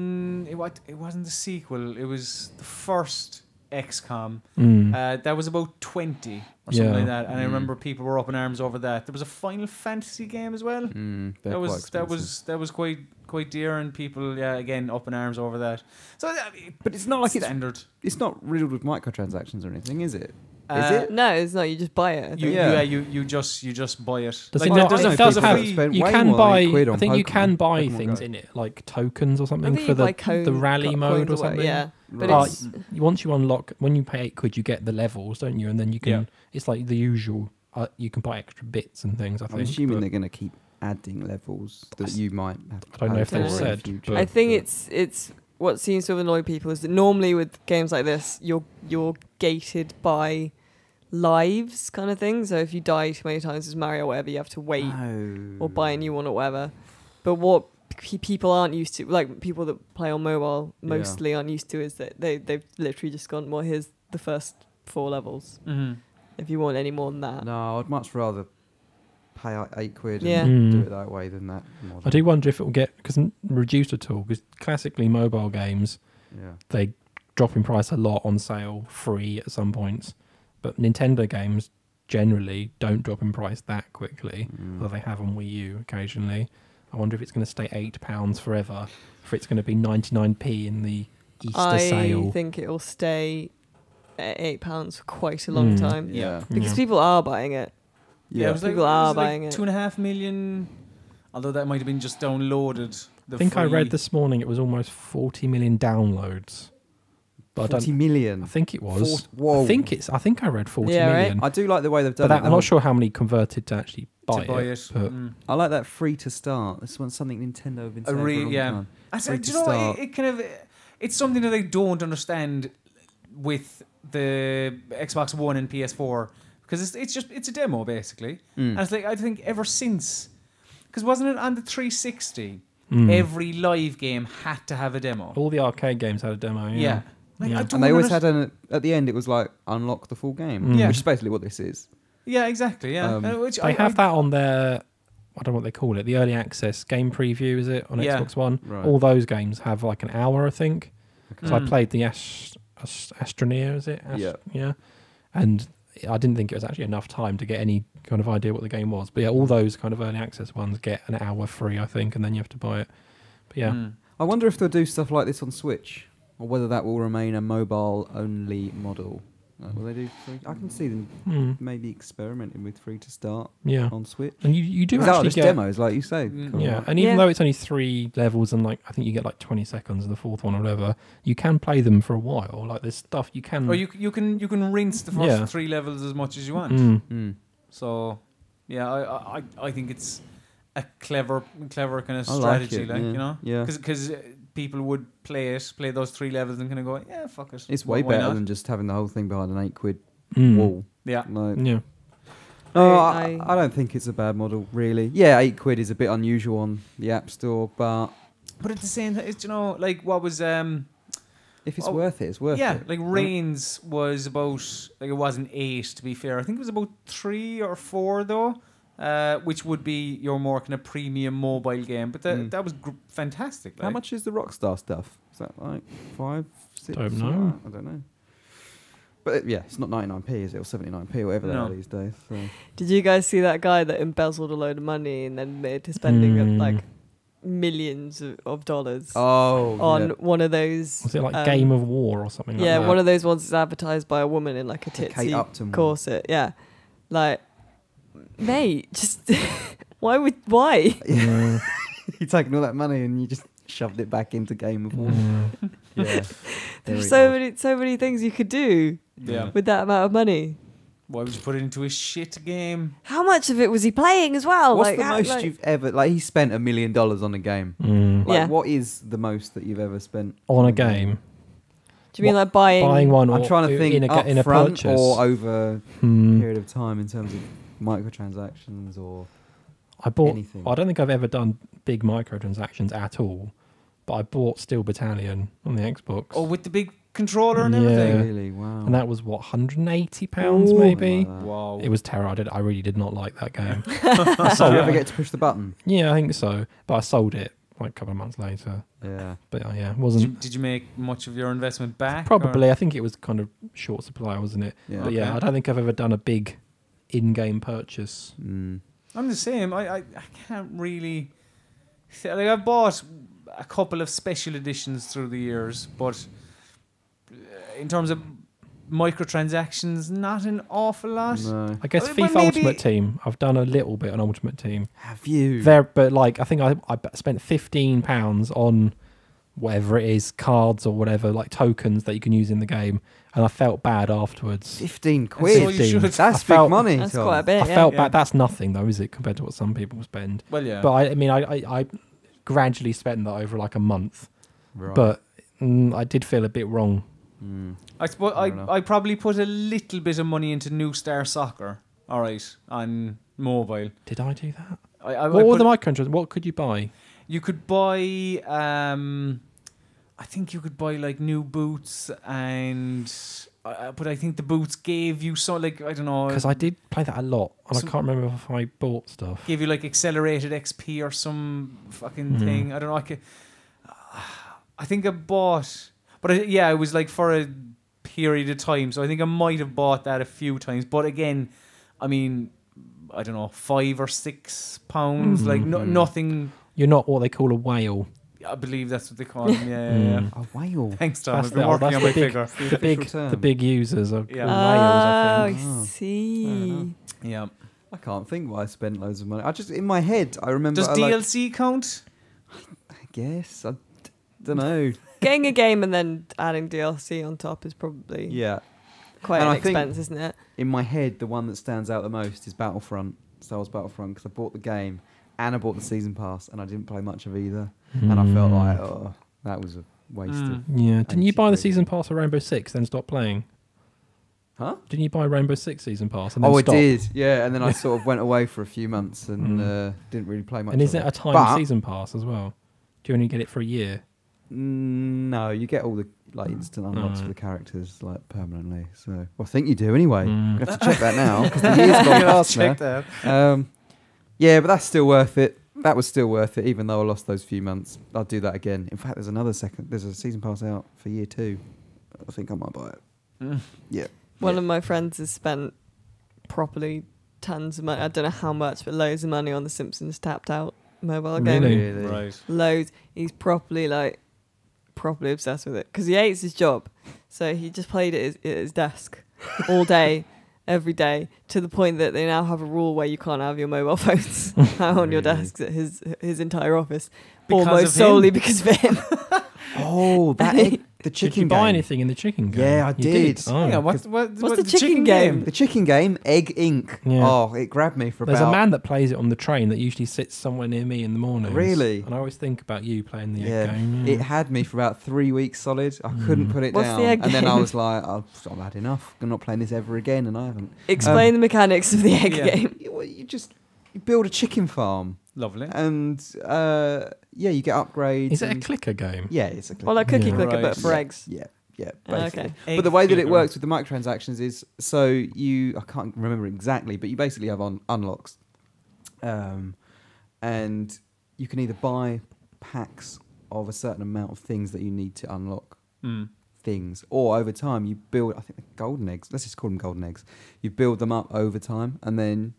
Speaker 4: mm, it, wa- it wasn't the sequel. It was the first XCOM.
Speaker 2: Hmm.
Speaker 3: Mm.
Speaker 4: Uh, that was about 20 or something
Speaker 3: Yeah.
Speaker 4: like that. And I
Speaker 2: Mm.
Speaker 4: remember people were up in arms over that. There was a Final Fantasy game as well.
Speaker 2: Mm, they're quite
Speaker 4: That was that
Speaker 2: expensive.
Speaker 4: was that was quite quite dear, and people yeah again up in arms over that. So that,
Speaker 2: But it's not like it's
Speaker 4: standard.
Speaker 2: it's not riddled with microtransactions or anything, is it?
Speaker 4: Uh,
Speaker 2: it?
Speaker 1: No, it's not. You just buy it. I
Speaker 4: You,
Speaker 1: think.
Speaker 4: yeah.
Speaker 2: Yeah.
Speaker 4: you you just you just buy it.
Speaker 3: Does
Speaker 4: Like,
Speaker 3: it not-
Speaker 4: there's a,
Speaker 3: I
Speaker 4: there's a
Speaker 3: know people
Speaker 4: free,
Speaker 2: spend-
Speaker 3: You
Speaker 2: way
Speaker 3: can
Speaker 2: more than
Speaker 3: buy.
Speaker 2: quid
Speaker 3: I
Speaker 2: on
Speaker 3: think you can
Speaker 2: Pokemon-
Speaker 3: buy
Speaker 2: Pokemon
Speaker 3: things
Speaker 2: Go.
Speaker 3: in it, like tokens or
Speaker 1: I
Speaker 3: something
Speaker 1: think
Speaker 3: for
Speaker 1: you
Speaker 3: the.
Speaker 1: buy code-
Speaker 3: the rally
Speaker 1: co-
Speaker 3: mode
Speaker 1: coins
Speaker 3: or
Speaker 1: away,
Speaker 3: something.
Speaker 1: Yeah, but
Speaker 3: Right.
Speaker 1: it's
Speaker 3: Once you unlock, when you pay eight quid, you get the levels, don't you? And then you can.
Speaker 4: Yeah.
Speaker 3: It's like the usual. Uh, you can buy extra bits and things. I
Speaker 2: I'm
Speaker 3: think.
Speaker 2: assuming
Speaker 3: but-
Speaker 2: they're going to keep adding levels that you might have.
Speaker 3: I don't know if
Speaker 1: they've
Speaker 3: said, but-
Speaker 1: I think
Speaker 2: it's.
Speaker 1: it's it's what seems to annoy people is that normally with games like this, you're you're gated by lives kind of thing. So if you die too many times as Mario, or whatever, you have to wait
Speaker 2: Oh.
Speaker 1: or buy a new one or whatever. But what pe- people aren't used to, like people that play on mobile
Speaker 2: Yeah.
Speaker 1: mostly aren't used to, is that they they've literally just gone, well, here's the first four levels.
Speaker 4: Mhm.
Speaker 1: If you want any more than that,
Speaker 2: No, I'd much rather pay like eight quid
Speaker 1: Yeah.
Speaker 2: and do
Speaker 3: Mm.
Speaker 2: it that way than that. model.
Speaker 3: I do wonder if it will get because reduced at all. Because classically, mobile games
Speaker 2: Yeah.
Speaker 3: they drop in price a lot on sale, free at some points. But Nintendo games generally don't drop in price that quickly,
Speaker 2: Mm.
Speaker 3: although they have on Wii U occasionally. I wonder if it's going to stay eight pounds forever, if it's going to be ninety nine p in the Easter
Speaker 1: I
Speaker 3: sale.
Speaker 1: think it will stay at eight pounds for quite a long
Speaker 3: Mm.
Speaker 1: time.
Speaker 2: Hmm. Yeah.
Speaker 1: Because
Speaker 3: Yeah.
Speaker 1: people are buying it.
Speaker 4: Yeah, it was like,
Speaker 1: People
Speaker 4: it
Speaker 1: are
Speaker 4: was like
Speaker 1: buying it.
Speaker 4: two and a half million. Although that might have been just downloaded. The
Speaker 3: I think I read
Speaker 4: free-
Speaker 3: this morning it was almost forty million downloads, but I
Speaker 2: 40
Speaker 3: don't.
Speaker 2: million.
Speaker 3: I think it was.
Speaker 2: Fort- whoa.
Speaker 3: I think it's. I think I read forty million.
Speaker 1: Yeah, right.
Speaker 2: I do like the way they've
Speaker 3: But
Speaker 2: done
Speaker 3: that,
Speaker 2: it.
Speaker 3: I'm
Speaker 2: though.
Speaker 3: not sure how many converted to actually buy,
Speaker 4: to buy it.
Speaker 3: but-
Speaker 4: Mm.
Speaker 2: I like that free to start. This one's something Nintendo have been
Speaker 4: A
Speaker 2: saying
Speaker 4: re-
Speaker 2: for a long
Speaker 4: yeah.
Speaker 2: time.
Speaker 4: I
Speaker 2: Free
Speaker 4: said,
Speaker 2: to
Speaker 4: you know, what,
Speaker 2: start.
Speaker 4: it, it kind of it's something that I don't understand with the Xbox One and PS4 because it's, it's just it's a demo basically,
Speaker 3: Hmm.
Speaker 2: Hmm.
Speaker 4: and it's like I think ever since because wasn't it on the 360
Speaker 3: Mm.
Speaker 4: every live game had to have a demo?
Speaker 3: All the arcade games had a demo. Oh, Yeah.
Speaker 4: yeah. Like,
Speaker 3: Yeah.
Speaker 4: I
Speaker 3: And
Speaker 4: don't
Speaker 2: And they always
Speaker 4: underst-
Speaker 2: had an at the end. It was like unlock the full game,
Speaker 3: Mm. Yeah.
Speaker 2: which is basically what this is.
Speaker 4: yeah exactly yeah
Speaker 2: Um,
Speaker 4: Uh, which
Speaker 3: They have that on their. I don't know what they call it. The early access game preview is it on
Speaker 4: Yeah.
Speaker 3: Xbox One?
Speaker 2: Right.
Speaker 3: All those games have like an hour, I think.
Speaker 2: Okay.
Speaker 3: So I
Speaker 4: Mm.
Speaker 3: played the Ast- Ast- Astroneer, is it? Ast-
Speaker 2: Yeah.
Speaker 3: Yeah. And I didn't think it was actually enough time to get any kind of idea what the game was. But yeah, all those kind of early access ones get an hour free, I think, and then you have to buy it. But yeah,
Speaker 4: Mm.
Speaker 2: I wonder if they'll do stuff like this on Switch, or whether that will remain a mobile only model. Uh, will they do? Free? I can see them
Speaker 3: Mm,
Speaker 2: maybe experimenting with free to start
Speaker 3: yeah.
Speaker 2: on Switch.
Speaker 3: And you, you do
Speaker 2: Oh. Is that
Speaker 3: actually
Speaker 2: just
Speaker 3: get
Speaker 2: demos, like you say.
Speaker 4: Mm.
Speaker 2: Cool.
Speaker 3: Yeah, and even
Speaker 1: Yeah.
Speaker 3: though it's only three levels and like I think you get like twenty seconds of the fourth one or whatever, you can play them for a while. Like there's stuff you
Speaker 2: Oh,
Speaker 3: can.
Speaker 2: Hmm.
Speaker 4: or you c- you can you can rinse the first
Speaker 3: Yeah.
Speaker 4: three levels as much as you want.
Speaker 3: Mm,
Speaker 2: Mm.
Speaker 4: So, yeah, I, I, I- I think it's a clever, clever kind of
Speaker 2: I like
Speaker 4: strategy,
Speaker 2: it,
Speaker 4: like,
Speaker 2: yeah,
Speaker 4: you know,
Speaker 2: yeah.
Speaker 4: because people would play it, play those three levels, and kind of go, yeah, fuck it.
Speaker 2: It's way
Speaker 4: Why
Speaker 2: better
Speaker 4: not?"
Speaker 2: than just having the whole thing behind an eight quid
Speaker 3: mm,
Speaker 2: wall.
Speaker 4: yeah.
Speaker 2: Like,
Speaker 3: Yeah,
Speaker 2: no,
Speaker 1: I-
Speaker 2: I, I don't think it's a bad model, really. Yeah, eight quid is a bit unusual on the App Store, but
Speaker 4: But at the same time, it's you know, like what was um,
Speaker 2: if it's
Speaker 4: Well,
Speaker 2: worth it, it's worth
Speaker 4: Oh, yeah,
Speaker 2: it.
Speaker 4: like Reigns was about like it wasn't eight to be fair. I think it was about three or four though. Uh, which would be your more kind of premium mobile game, but that,
Speaker 2: Mm.
Speaker 4: that was gr- fantastic.
Speaker 2: How
Speaker 4: like.
Speaker 2: much is the Rockstar stuff? Is that like five, six?
Speaker 3: Don't
Speaker 2: something
Speaker 3: know.
Speaker 2: like that? I don't know. But it- yeah, it's not 99p, is it? Or 79p, or whatever they
Speaker 4: No.
Speaker 2: are these days. So.
Speaker 1: Did you guys see that guy that embezzled a load of money and then admitted to spending
Speaker 3: Mm.
Speaker 1: like millions of, of dollars
Speaker 2: Oh,
Speaker 1: on one of those?
Speaker 3: was it like
Speaker 1: um,
Speaker 3: Game of War or something?
Speaker 1: Yeah,
Speaker 3: like that?
Speaker 1: one of those ones that's advertised by a woman in like a
Speaker 2: the Kate
Speaker 1: titsy
Speaker 2: Upton one.
Speaker 1: corset. Yeah, like mate, just why would why?
Speaker 3: Mm,
Speaker 2: you taken all that money and you just shoved it back into Game of War.
Speaker 3: mm.
Speaker 2: yeah. Very
Speaker 1: There's so
Speaker 2: odd.
Speaker 1: many so many things you could do
Speaker 4: Yeah.
Speaker 1: with that amount of money.
Speaker 4: Why would you put it into a shit game?
Speaker 1: How much of it was he playing as well?
Speaker 2: What's
Speaker 1: oh, like,
Speaker 2: the
Speaker 1: how-
Speaker 2: most
Speaker 1: like-
Speaker 2: you've ever like? He spent a million dollars on a game.
Speaker 3: Mm.
Speaker 2: Like,
Speaker 1: Yeah.
Speaker 2: what is the most that you've ever spent
Speaker 3: On a game,
Speaker 1: Do you mean like buying?
Speaker 3: buying one. Or
Speaker 2: Mm. I'm trying to think
Speaker 3: in a, ga-
Speaker 2: up
Speaker 3: in a
Speaker 2: front
Speaker 3: purchase.
Speaker 2: or over a
Speaker 3: Hmm.
Speaker 2: period of time in terms of microtransactions or
Speaker 3: I bought.
Speaker 2: anything.
Speaker 3: I don't think I've ever done big microtransactions at all, but I bought Steel Battalion on the Xbox,
Speaker 4: Oh, with the big controller and
Speaker 3: Yeah.
Speaker 4: everything.
Speaker 2: really wow.
Speaker 3: and that was what 180 pounds
Speaker 2: Ooh.
Speaker 3: maybe.
Speaker 2: Something like that.
Speaker 4: Wow.
Speaker 3: It was terrible. I, did, I really did not like that game.
Speaker 2: Did
Speaker 3: so
Speaker 2: you ever get to push the button?
Speaker 3: Yeah, I think so. But I sold it. like a couple of months later.
Speaker 2: Yeah.
Speaker 3: But uh, yeah, it
Speaker 4: Did you,
Speaker 3: wasn't
Speaker 4: did you make much of your investment back? or-
Speaker 3: probably. I think it was kind of short supply, wasn't it?
Speaker 2: Yeah.
Speaker 3: But yeah,
Speaker 4: Okay.
Speaker 3: I don't think I've ever done a big in-game purchase.
Speaker 2: Mm.
Speaker 4: I'm the same. I, I, I can't really. Like I bought a couple of special editions through the years, but uh, in terms of microtransactions, not an awful lot.
Speaker 2: No.
Speaker 3: I guess
Speaker 4: Uh, well,
Speaker 3: FIFA
Speaker 4: maybe- Hmm.
Speaker 3: Ultimate Team. I've done a little bit on Ultimate Team.
Speaker 2: Have you?
Speaker 3: There, but like I think I I b- spent fifteen pounds on whatever it is, cards or whatever, like tokens that you can use in the game, and I felt bad afterwards.
Speaker 2: Fifteen
Speaker 4: So
Speaker 2: quid.
Speaker 4: you should-
Speaker 2: That's
Speaker 3: I
Speaker 2: big
Speaker 3: felt-
Speaker 2: money.
Speaker 1: That's
Speaker 2: Tom.
Speaker 1: quite a bit.
Speaker 3: I
Speaker 1: yeah.
Speaker 3: felt
Speaker 4: Yeah.
Speaker 3: bad. That's nothing though, is it, compared to what some people spend?
Speaker 4: Well, yeah.
Speaker 3: But I, I mean, I, I I gradually spent that over like a month,
Speaker 2: Right.
Speaker 3: but mm, I did feel a bit wrong.
Speaker 2: Mm.
Speaker 4: I suppose
Speaker 2: Fair enough.
Speaker 4: I, I probably put a little bit of money into New Star Soccer. All right, on mobile.
Speaker 3: Did I do that?
Speaker 4: I, I,
Speaker 3: What
Speaker 4: I
Speaker 3: were
Speaker 4: put-
Speaker 3: the microtransactions? What could you buy?
Speaker 4: you could buy. Um, I think you could buy like new boots and. I I- but I think the boots gave you so like I don't
Speaker 2: Oh,
Speaker 4: know.
Speaker 3: Because I did play that a lot, and
Speaker 4: Some-
Speaker 3: I can't remember if I bought stuff.
Speaker 4: give you like accelerated XP or some fucking
Speaker 3: Mhm.
Speaker 4: thing. I don't know. I, ca I think I bought, but I, yeah, it was like for a period of time. So I think I might have bought that a few times. But again, I mean, I don't know, five or six pounds, like no,
Speaker 2: Mhm.
Speaker 3: Mm-hmm.
Speaker 4: nothing.
Speaker 3: You're not what they call a whale.
Speaker 4: I believe that's what they call them. Yeah, yeah, yeah.
Speaker 3: Mm.
Speaker 2: A whale.
Speaker 4: Thanks, Tom.
Speaker 3: That's
Speaker 4: I've been
Speaker 3: the-
Speaker 4: working
Speaker 3: that's
Speaker 4: on
Speaker 3: the
Speaker 4: my
Speaker 3: big-
Speaker 4: figure.
Speaker 3: The big,
Speaker 2: official
Speaker 3: the
Speaker 2: term.
Speaker 3: big users are
Speaker 4: Yeah.
Speaker 3: called
Speaker 1: Oh,
Speaker 3: whales. I think.
Speaker 1: I
Speaker 2: think. Oh. Fair
Speaker 1: see.
Speaker 2: enough.
Speaker 4: Yeah.
Speaker 2: I can't think why I spent loads of money. I just in my head I remember.
Speaker 4: Does
Speaker 2: I like,
Speaker 4: DLC count?
Speaker 2: I guess I don't know.
Speaker 1: Getting a game and then adding DLC on top is probably
Speaker 2: Yeah.
Speaker 1: quite
Speaker 2: And
Speaker 1: an
Speaker 2: I think-
Speaker 1: expense, isn't it?
Speaker 2: in my head, the one that stands out the most is Battlefront, Star Wars Battlefront, because I bought the game and I bought the season pass, and I didn't play much of either, and I felt
Speaker 3: Mm.
Speaker 2: like, oh, that was a waste of.
Speaker 4: Mm.
Speaker 3: Hmm. Yeah. Didn't you buy the
Speaker 2: 80 quid.
Speaker 3: season pass of Rainbow Six, then stop playing?
Speaker 2: Huh?
Speaker 3: Didn't you buy Rainbow Six season pass? And then
Speaker 2: Oh, I
Speaker 3: stop?
Speaker 2: did, yeah. And then I sort of went away for a few months and
Speaker 3: Mm.
Speaker 2: uh, didn't really play much.
Speaker 3: And is
Speaker 2: of
Speaker 3: it a timed
Speaker 2: But-
Speaker 3: season pass as well? Do you only get it for a year?
Speaker 2: Mm, No, you get all the like instant unlocks for
Speaker 3: Alright.
Speaker 2: the characters like permanently. So, well, I think you do anyway.
Speaker 3: Mm.
Speaker 2: I'm gonna have to check that now because the year's gone past now.
Speaker 4: Check that.
Speaker 2: Um, yeah, but that's still worth it. That was still worth it, even though I lost those few months. I'll do that again. In fact, there's another second. There's a season pass out for year two. I think I might buy it.
Speaker 1: One
Speaker 2: Yeah.
Speaker 1: of my friends has spent properly tons of money. I don't know how much, but loads of money on the Simpsons tapped out mobile game.
Speaker 3: Really?
Speaker 4: Right.
Speaker 1: Loads. He's properly like properly obsessed with it because he hates his job, so he just played it at his desk all day. Every day, to the point that they now have a rule where you can't have your mobile phones on your
Speaker 2: Really?
Speaker 1: desks at his his entire office,
Speaker 4: Because of
Speaker 1: almost
Speaker 4: him?
Speaker 1: solely because of him.
Speaker 2: Oh, that egg, the chicken
Speaker 3: Did you
Speaker 2: game.
Speaker 3: buy anything in the chicken game?
Speaker 2: Yeah, I
Speaker 3: You
Speaker 2: did.
Speaker 3: Oh.
Speaker 4: Hang on, what,
Speaker 2: 'cause-
Speaker 4: what,
Speaker 1: What's
Speaker 4: what,
Speaker 1: the chicken game?
Speaker 2: The chicken game, Egg Inc.
Speaker 3: Yeah.
Speaker 2: Oh, it grabbed me for
Speaker 3: There's
Speaker 2: about.
Speaker 3: a man that plays it on the train that usually sits somewhere near me in the morning.
Speaker 2: Really?
Speaker 3: And I always think about you playing the
Speaker 2: Yeah,
Speaker 3: game.
Speaker 2: It had me for about three weeks solid. I couldn't
Speaker 3: Mm.
Speaker 2: put it
Speaker 1: What's the
Speaker 2: down,
Speaker 1: egg
Speaker 2: and then I
Speaker 1: game?
Speaker 2: was like, "Oh, I've, I've had enough. I'm not playing this ever again, and I haven't.
Speaker 1: Explain the mechanics of the egg
Speaker 4: Yeah.
Speaker 1: game.
Speaker 2: You, well, you just you build a chicken farm,
Speaker 4: Lovely.
Speaker 2: and uh, yeah, you get upgrades.
Speaker 3: Is it a
Speaker 2: and-
Speaker 3: clicker game?
Speaker 2: Yeah, it's a click.
Speaker 1: Well, like cookie
Speaker 3: Yeah.
Speaker 1: clicker, but
Speaker 4: Right.
Speaker 1: for
Speaker 2: Yeah.
Speaker 1: eggs.
Speaker 2: Yeah, yeah.
Speaker 1: Oh,
Speaker 2: Basically.
Speaker 1: okay.
Speaker 2: But the way that it
Speaker 4: Egg-
Speaker 2: works with the microtransactions is so you I can't remember exactly, but you basically have on unlocks, um, and you can either buy packs of a certain amount of things that you need to unlock
Speaker 4: Mm.
Speaker 2: things, or over time you build. I think they're golden eggs. Let's just call them golden eggs. You build them up over time, and then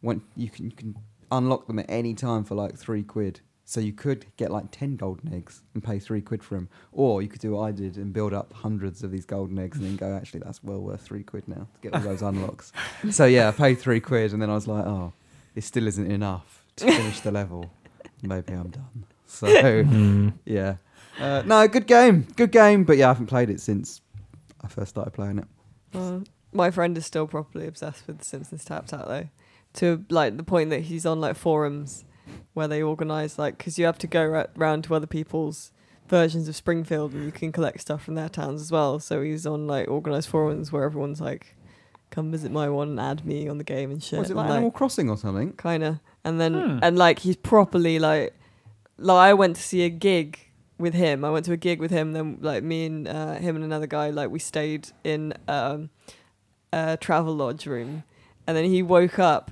Speaker 2: when you can you can unlock them at any time for like three quid. So you could get like ten golden eggs and pay three quid for them, or you could do what I did and build up hundreds of these golden eggs and then go, actually, that's well worth three quid now to get all those unlocks. So yeah, I paid three quid, and then I was like, oh, it still isn't enough to finish the level. Maybe I'm done. So.
Speaker 3: Hmm.
Speaker 2: Yeah. Uh, no, good game. Good game, but yeah, I haven't played it since I first started playing it.
Speaker 1: Uh, my friend is still properly obsessed with The Simpsons Tapped Out though, to like the point that he's on like forums where they organise like because you have to go ra- round to other people's versions of Springfield and you can collect stuff from their towns as well. So he's on like organised forums where everyone's like, "Come visit my one and add me on the game and shit."
Speaker 2: Was it
Speaker 1: and,
Speaker 2: like Animal Crossing or something?
Speaker 1: kind of and then
Speaker 4: Hmm.
Speaker 1: and like he's properly like like i went to see a gig with him i went to a gig with him then like me and uh, him and another guy like we stayed in um, a travel lodge room and then he woke up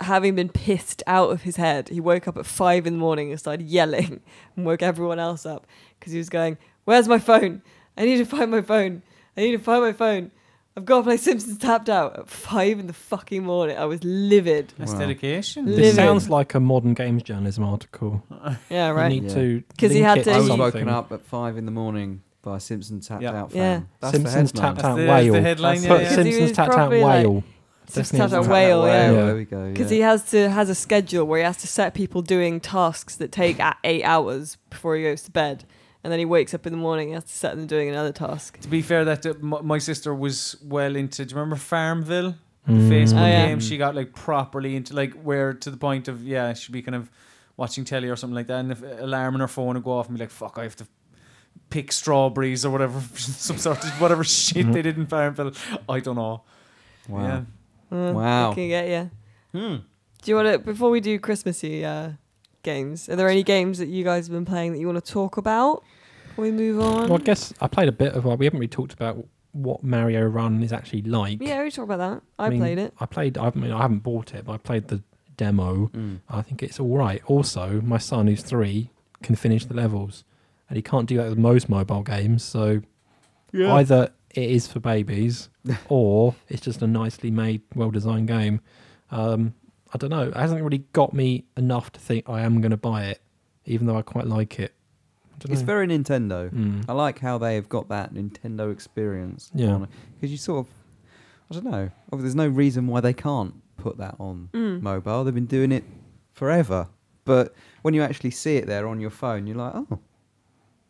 Speaker 1: having been pissed out of his head, he woke up at five in the morning and started yelling and woke everyone else up because he was going, Where's my phone? I need to find my phone. I need to find my phone. I've got to play Simpsons Tapped Out at five in the fucking morning. I was livid.
Speaker 4: That's
Speaker 2: Wow.
Speaker 4: dedication.
Speaker 1: Live
Speaker 3: This
Speaker 1: it.
Speaker 3: sounds like a modern games journalism article.
Speaker 1: Yeah,
Speaker 3: You
Speaker 1: right.
Speaker 3: need
Speaker 2: Yeah.
Speaker 3: to
Speaker 1: 'Cause he
Speaker 3: link
Speaker 1: had
Speaker 3: it
Speaker 1: to-
Speaker 2: I was
Speaker 1: Something.
Speaker 2: woken up at five in the morning by a Simpson tapped
Speaker 4: Yeah.
Speaker 2: out fan.
Speaker 1: Yeah.
Speaker 2: That's
Speaker 3: Simpsons
Speaker 2: the headline.
Speaker 3: tapped out
Speaker 4: That's the- that's the
Speaker 3: whale.
Speaker 4: headline,
Speaker 3: Put
Speaker 1: yeah, yeah. Because he
Speaker 3: Simpsons
Speaker 1: was
Speaker 3: tapped out
Speaker 1: probably like-
Speaker 3: whale.
Speaker 1: Simpsons
Speaker 3: Definitely
Speaker 1: Tapped Out
Speaker 3: isn't
Speaker 2: Tapped
Speaker 3: that
Speaker 1: Whale, yeah.
Speaker 3: whale. Yeah.
Speaker 2: There we go.
Speaker 1: because
Speaker 2: yeah.
Speaker 1: he has to has a schedule where he has to set people doing tasks that take at eight hours before he goes to bed, and then he wakes up in the morning and has to set them doing another task.
Speaker 4: To be fair, that uh, my, my sister was well into. Do you remember Farmville? The
Speaker 3: Mm.
Speaker 4: Facebook
Speaker 1: Oh, yeah.
Speaker 4: game. She got like properly into like where to the point of yeah, she'd be kind of watching telly or something like that, and if uh, alarm on her phone would go off and be like, "Fuck, I have to." Pick strawberries or whatever, some sort of whatever shit they did in Farmville. I don't know.
Speaker 2: Wow.
Speaker 4: Yeah.
Speaker 1: Uh,
Speaker 2: Wow.
Speaker 1: Looking at you.
Speaker 4: Hmm.
Speaker 1: Do you want to before we do Christmassy uh, games? Are there any games that you guys have been playing that you want to talk about? Before we move on.
Speaker 3: Well, I guess I played a bit of. We haven't really talked about what Mario Run is actually like.
Speaker 1: Yeah, we talk about that. I,
Speaker 3: mean,
Speaker 1: played it.
Speaker 3: I played. I mean, I haven't bought it, but I played the demo.
Speaker 2: Mm.
Speaker 3: I think it's all right. Also, my son, who's three, can finish the levels, and he can't do that with most mobile games. So either it is for babies, or it's just a nicely made, well-designed game. Um, I don't know. It hasn't really got me enough to think I am going to buy it, even though I quite like it. I don't
Speaker 2: It's
Speaker 3: know.
Speaker 2: very Nintendo.
Speaker 3: Mm.
Speaker 2: I like how they have got that Nintendo experience.
Speaker 3: Yeah.
Speaker 2: Because you sort of, I don't know. Oh, there's no reason why they can't put that on
Speaker 1: Mm.
Speaker 2: mobile. They've been doing it forever. But when you actually see it there on your phone, you're like, oh,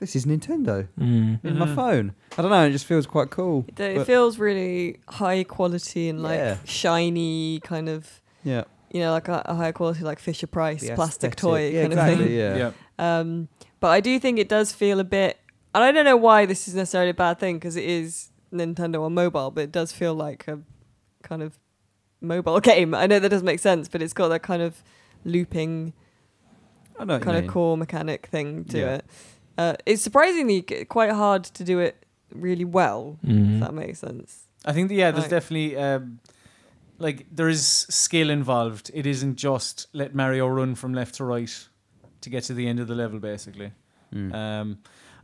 Speaker 2: this is Nintendo
Speaker 3: Mm.
Speaker 2: in my
Speaker 4: Mhm.
Speaker 2: phone. I don't know. It just feels quite cool.
Speaker 1: It, it
Speaker 2: but-
Speaker 1: feels really high quality and like
Speaker 2: Yeah.
Speaker 1: shiny, kind of
Speaker 2: Yeah.
Speaker 1: you know, like a, a high quality, like Fisher Price
Speaker 2: The
Speaker 1: plastic
Speaker 2: aesthetic.
Speaker 1: toy
Speaker 2: Yeah,
Speaker 1: kind of
Speaker 2: exactly,
Speaker 1: thing.
Speaker 2: yeah.
Speaker 1: Um, but I do think it does feel a bit, and I don't know why this is necessarily a bad thing because it is Nintendo on mobile, but it does feel like a kind of mobile game. I know that doesn't make sense, but it's got that kind of looping,
Speaker 2: I know. what you
Speaker 1: kind
Speaker 2: mean.
Speaker 1: of core mechanic thing to
Speaker 2: Yeah.
Speaker 1: it. Uh, it's surprisingly g- quite hard to do it really well, if
Speaker 3: Mm.
Speaker 1: that makes sense.
Speaker 4: I think that, yeah, there's
Speaker 1: Right.
Speaker 4: definitely um, like there is skill involved. It isn't just let Mario run from left to right to get to the end of the level, basically.
Speaker 2: Mm.
Speaker 4: Um,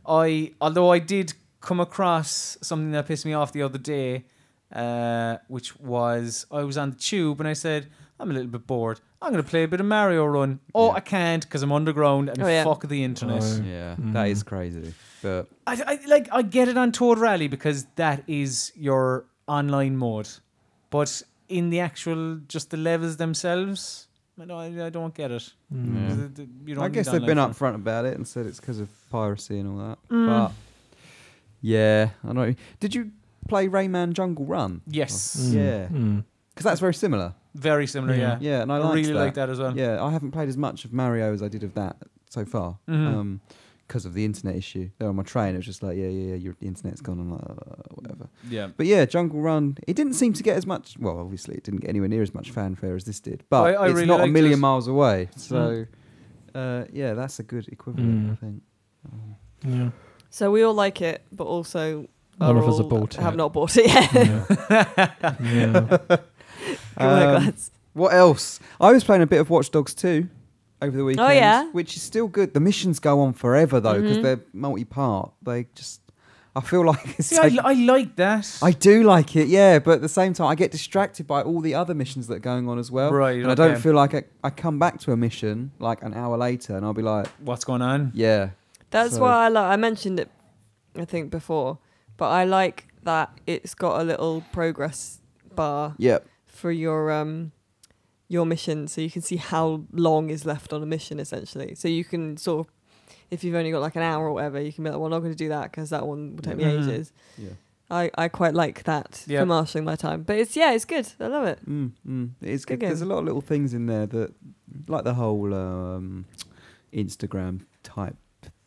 Speaker 4: I although I did come across something that pissed me off the other day, uh, which was I was on the tube and I said I'm a little bit bored. I'm gonna play a bit of Mario Run. Oh,
Speaker 2: Yeah.
Speaker 4: I can't because I'm underground and
Speaker 1: Oh, yeah.
Speaker 4: fuck the internet.
Speaker 3: Oh.
Speaker 2: yeah.
Speaker 4: hmm.
Speaker 2: That
Speaker 3: Mm.
Speaker 2: is crazy. But
Speaker 4: I, I like I get it on Toad Rally because that is your online mode, but in the actual just the levels themselves, I don't, I don't get it.
Speaker 3: Mm.
Speaker 2: Yeah.
Speaker 4: The- the- you don't
Speaker 2: I
Speaker 4: need
Speaker 2: guess they've
Speaker 4: online
Speaker 2: been
Speaker 4: for-
Speaker 2: upfront about it and said it's because of piracy and all that.
Speaker 1: Mm.
Speaker 2: But yeah, I don't know. Did you play Rayman Jungle Run?
Speaker 4: Yes,
Speaker 3: Mm.
Speaker 2: Yeah.
Speaker 3: Mm.
Speaker 2: Because that's very similar.
Speaker 4: very similar. Yeah,
Speaker 3: Yeah.
Speaker 2: Yeah, and
Speaker 4: I,
Speaker 2: I, liked
Speaker 4: really
Speaker 2: that.
Speaker 4: like that as well.
Speaker 2: Yeah, I haven't played as much of Mario as I did of that so far.
Speaker 4: Mhm.
Speaker 2: Um, because of the internet issue. There on my train, it was just like, yeah, yeah, yeah, your internet's gone and like, uh, whatever.
Speaker 4: yeah.
Speaker 2: But yeah, Jungle Run, it didn't seem to get as much. Well, obviously, it didn't get anywhere near as much fanfare as this did, but
Speaker 4: I- I
Speaker 2: it's
Speaker 4: really
Speaker 2: not a
Speaker 4: liked
Speaker 2: million
Speaker 4: it. Mm-hmm.
Speaker 2: miles away. So, uh, yeah, that's a good equivalent,
Speaker 3: Mm.
Speaker 2: I think. Um,
Speaker 3: Yeah.
Speaker 1: So we all like it, but also
Speaker 3: None
Speaker 1: are
Speaker 3: of us have
Speaker 1: all-
Speaker 3: bought
Speaker 1: have
Speaker 3: it.
Speaker 1: not bought it yet.
Speaker 3: Yeah. yeah.
Speaker 1: Good work,
Speaker 2: Um,
Speaker 1: lads.
Speaker 2: What else? I was playing a bit of Watch Dogs 2 over the
Speaker 4: Oh,
Speaker 2: weekend.
Speaker 1: yeah?
Speaker 2: Which is still good. The missions go on forever, though, because
Speaker 4: Mm-hmm.
Speaker 1: Mhm.
Speaker 2: they're multi part. They just. I feel like it's.
Speaker 4: See, I,
Speaker 2: taken-
Speaker 4: I like that.
Speaker 2: I do like it, yeah, but at the same time, I get distracted by all the other missions that are going on as well.
Speaker 4: Right,
Speaker 2: And I don't
Speaker 4: okay.
Speaker 2: feel like I, I come back to a mission like an hour later and I'll be like,
Speaker 4: What's going on?
Speaker 2: yeah.
Speaker 1: That's
Speaker 2: So-
Speaker 1: why I like. I mentioned it, I think before, but I like that it's got a little progress bar
Speaker 2: Yep.
Speaker 1: for your um your mission, so you can see how long is left on a mission essentially. So you can sort of, if you've only got like an hour or whatever, you can be like, "Well, I'm not going to do that because that one will take me
Speaker 4: Mhm.
Speaker 3: Mm-hmm.
Speaker 1: ages."
Speaker 2: Yeah.
Speaker 1: I I quite like that
Speaker 4: Yeah.
Speaker 1: for marshalling my time, but it's yeah, it's good. I love it.
Speaker 2: Mm, mm. It's
Speaker 1: Good
Speaker 2: good. There's a
Speaker 1: game.
Speaker 2: lot of little things in there that, like the whole um, Instagram type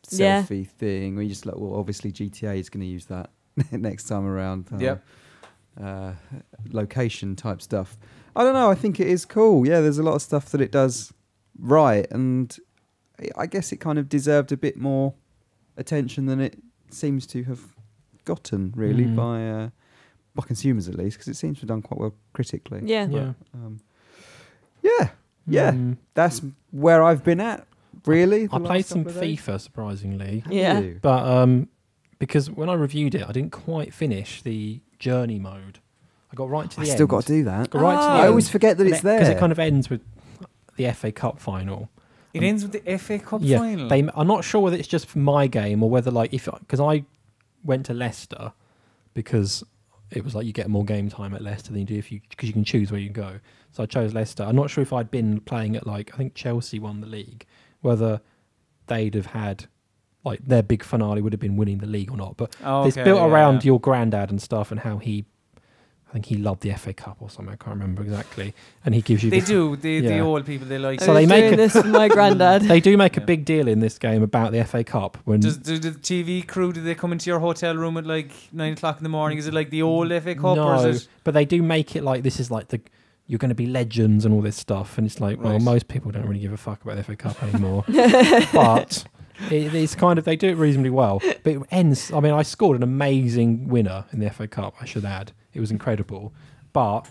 Speaker 1: Yeah.
Speaker 2: selfie thing, where you just like, well, obviously GTA is going to use that next time around. uh,
Speaker 4: Yep.
Speaker 2: Uh, location type stuff. I don't know. I think it is cool. Yeah, there's a lot of stuff that it does right, and I- I guess it kind of deserved a bit more attention than it seems to have gotten, really,
Speaker 3: Mm.
Speaker 2: by uh, by consumers at least, because it seems to have done quite well critically.
Speaker 1: Yeah.
Speaker 3: Yeah.
Speaker 2: Um, Yeah, yeah.
Speaker 3: Mm.
Speaker 2: That's where I've been at. Really, the
Speaker 3: I
Speaker 2: last
Speaker 3: played some
Speaker 2: couple of days.
Speaker 3: FIFA surprisingly,
Speaker 2: Have
Speaker 1: Yeah.
Speaker 2: you?
Speaker 3: but um, because when I reviewed it, I didn't quite finish the journey mode. I got right to
Speaker 2: I
Speaker 3: the end.
Speaker 2: still got to do that.
Speaker 3: got right to the
Speaker 1: Oh.
Speaker 3: end.
Speaker 2: I always forget that it's there.
Speaker 3: because it kind of ends with the FA Cup final.
Speaker 4: It ends with the FA Cup
Speaker 3: yeah,
Speaker 4: final.
Speaker 3: They, I'm not sure whether it's just for my game or whether like if because I went to Leicester because it was like you get more game time at Leicester than you do if you because you can choose where you go. So I chose Leicester. I'm not sure if I'd been playing at like I think Chelsea won the league, whether they'd have had like their big finale would have been winning the league or not. But
Speaker 4: oh,
Speaker 3: it's
Speaker 4: okay,
Speaker 3: built
Speaker 4: yeah,
Speaker 3: around
Speaker 4: yeah.
Speaker 3: your granddad and stuff and how he. I think he loved the FA Cup or something. I can't remember exactly. And he gives you
Speaker 4: They
Speaker 3: the,
Speaker 4: do. The, the
Speaker 3: Yeah.
Speaker 4: old people, they like
Speaker 3: So
Speaker 1: I
Speaker 3: they
Speaker 1: was
Speaker 3: make
Speaker 1: doing
Speaker 3: a-
Speaker 1: this with my granddad.
Speaker 3: they do make a
Speaker 4: Yeah.
Speaker 3: big deal in this game about the FA Cup when
Speaker 4: Does, do the TV crew, do they come into your hotel room at like 9 o'clock in the morning? Is it like the old FA Cup
Speaker 3: no,
Speaker 4: or is it?
Speaker 3: but they do make it like this is like the you're going to be legends and all this stuff, and it's like well,
Speaker 4: Right.
Speaker 3: most people don't really give a fuck about the FA Cup anymore, but. It, it's kind of they do it reasonably well, but it ends. I mean, I scored an amazing winner in the FA Cup. I should add, it was incredible. But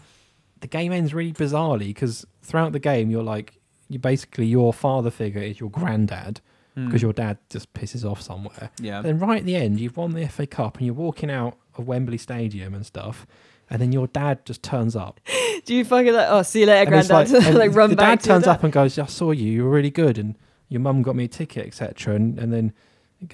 Speaker 3: the game ends really bizarrely because throughout the game, you're like, you basically your father figure is your granddad because your dad just pisses off somewhere,
Speaker 4: Hmm. Yeah.
Speaker 3: then right at the end, you've won the FA Cup and you're walking out of Wembley Stadium and stuff, and then your dad just turns up.
Speaker 1: Do you fucking like? Oh, see you later,
Speaker 3: And it's
Speaker 1: granddad. Like,
Speaker 3: and
Speaker 1: run
Speaker 3: the
Speaker 1: back.
Speaker 3: dad
Speaker 1: to your
Speaker 3: turns
Speaker 1: dad.
Speaker 3: up and goes, "I saw you. You were really good, and your mum got me a ticket, etc." And and then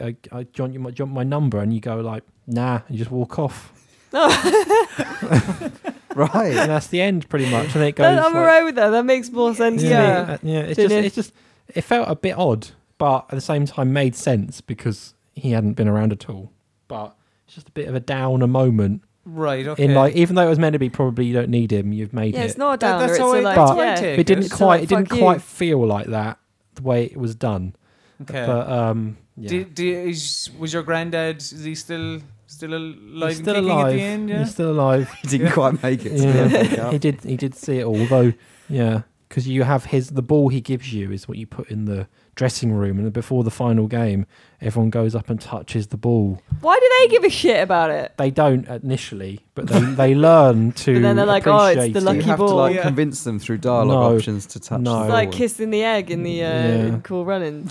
Speaker 3: I, I jump you my jump my number, and you go like, "Nah," and you just walk off,
Speaker 2: right.
Speaker 3: and that's the end pretty much. And it goes,
Speaker 1: Then I'm
Speaker 3: like,
Speaker 1: alright with that. That makes more sense.
Speaker 3: yeah,
Speaker 1: Yeah.
Speaker 3: yeah. It's
Speaker 1: Did
Speaker 3: just,
Speaker 1: it-
Speaker 3: it's just, it felt a bit odd, but at the same time made sense because he hadn't been around at all. But it's just a bit of a downer moment.
Speaker 4: Right, okay.
Speaker 3: in like even though it was meant to be probably you don't need him you've made
Speaker 1: Yeah,
Speaker 3: it
Speaker 1: it's not a
Speaker 4: That-
Speaker 1: downer.
Speaker 4: that's
Speaker 1: it's
Speaker 4: how
Speaker 1: a,
Speaker 4: I-
Speaker 1: like,
Speaker 4: that's
Speaker 3: But-
Speaker 4: how I
Speaker 1: yeah.
Speaker 4: take
Speaker 3: it didn't
Speaker 1: So,
Speaker 3: quite
Speaker 1: like,
Speaker 3: it didn't
Speaker 1: fuck you.
Speaker 3: quite feel like that the way it was done
Speaker 4: Okay.
Speaker 3: but um yeah.
Speaker 4: Did, did, is, was your granddad? Is he still still alive?
Speaker 3: he's
Speaker 4: and
Speaker 3: still
Speaker 4: kicking
Speaker 3: alive
Speaker 4: At the end, yeah.
Speaker 3: he's still alive
Speaker 2: He didn't quite make it. to
Speaker 3: Yeah.
Speaker 2: the FA Cup.
Speaker 3: he did he did see it all though yeah because you have his the ball he gives you is what you put in the dressing room and before the final game everyone goes up and touches the ball
Speaker 1: Why do they give a shit about it?
Speaker 3: they don't initially but they, they learn to
Speaker 1: But then they're like, "Oh, it's
Speaker 3: appreciate
Speaker 1: the
Speaker 3: it.
Speaker 2: Do you
Speaker 1: lucky
Speaker 2: have to
Speaker 1: ball.
Speaker 2: like
Speaker 4: Yeah.
Speaker 2: convince them through dialogue
Speaker 3: No.
Speaker 2: options to touch.
Speaker 3: No.
Speaker 2: the
Speaker 1: It's
Speaker 2: ball
Speaker 1: like
Speaker 2: and-
Speaker 1: kissing the egg in the uh,
Speaker 3: Yeah.
Speaker 1: in Cool Running.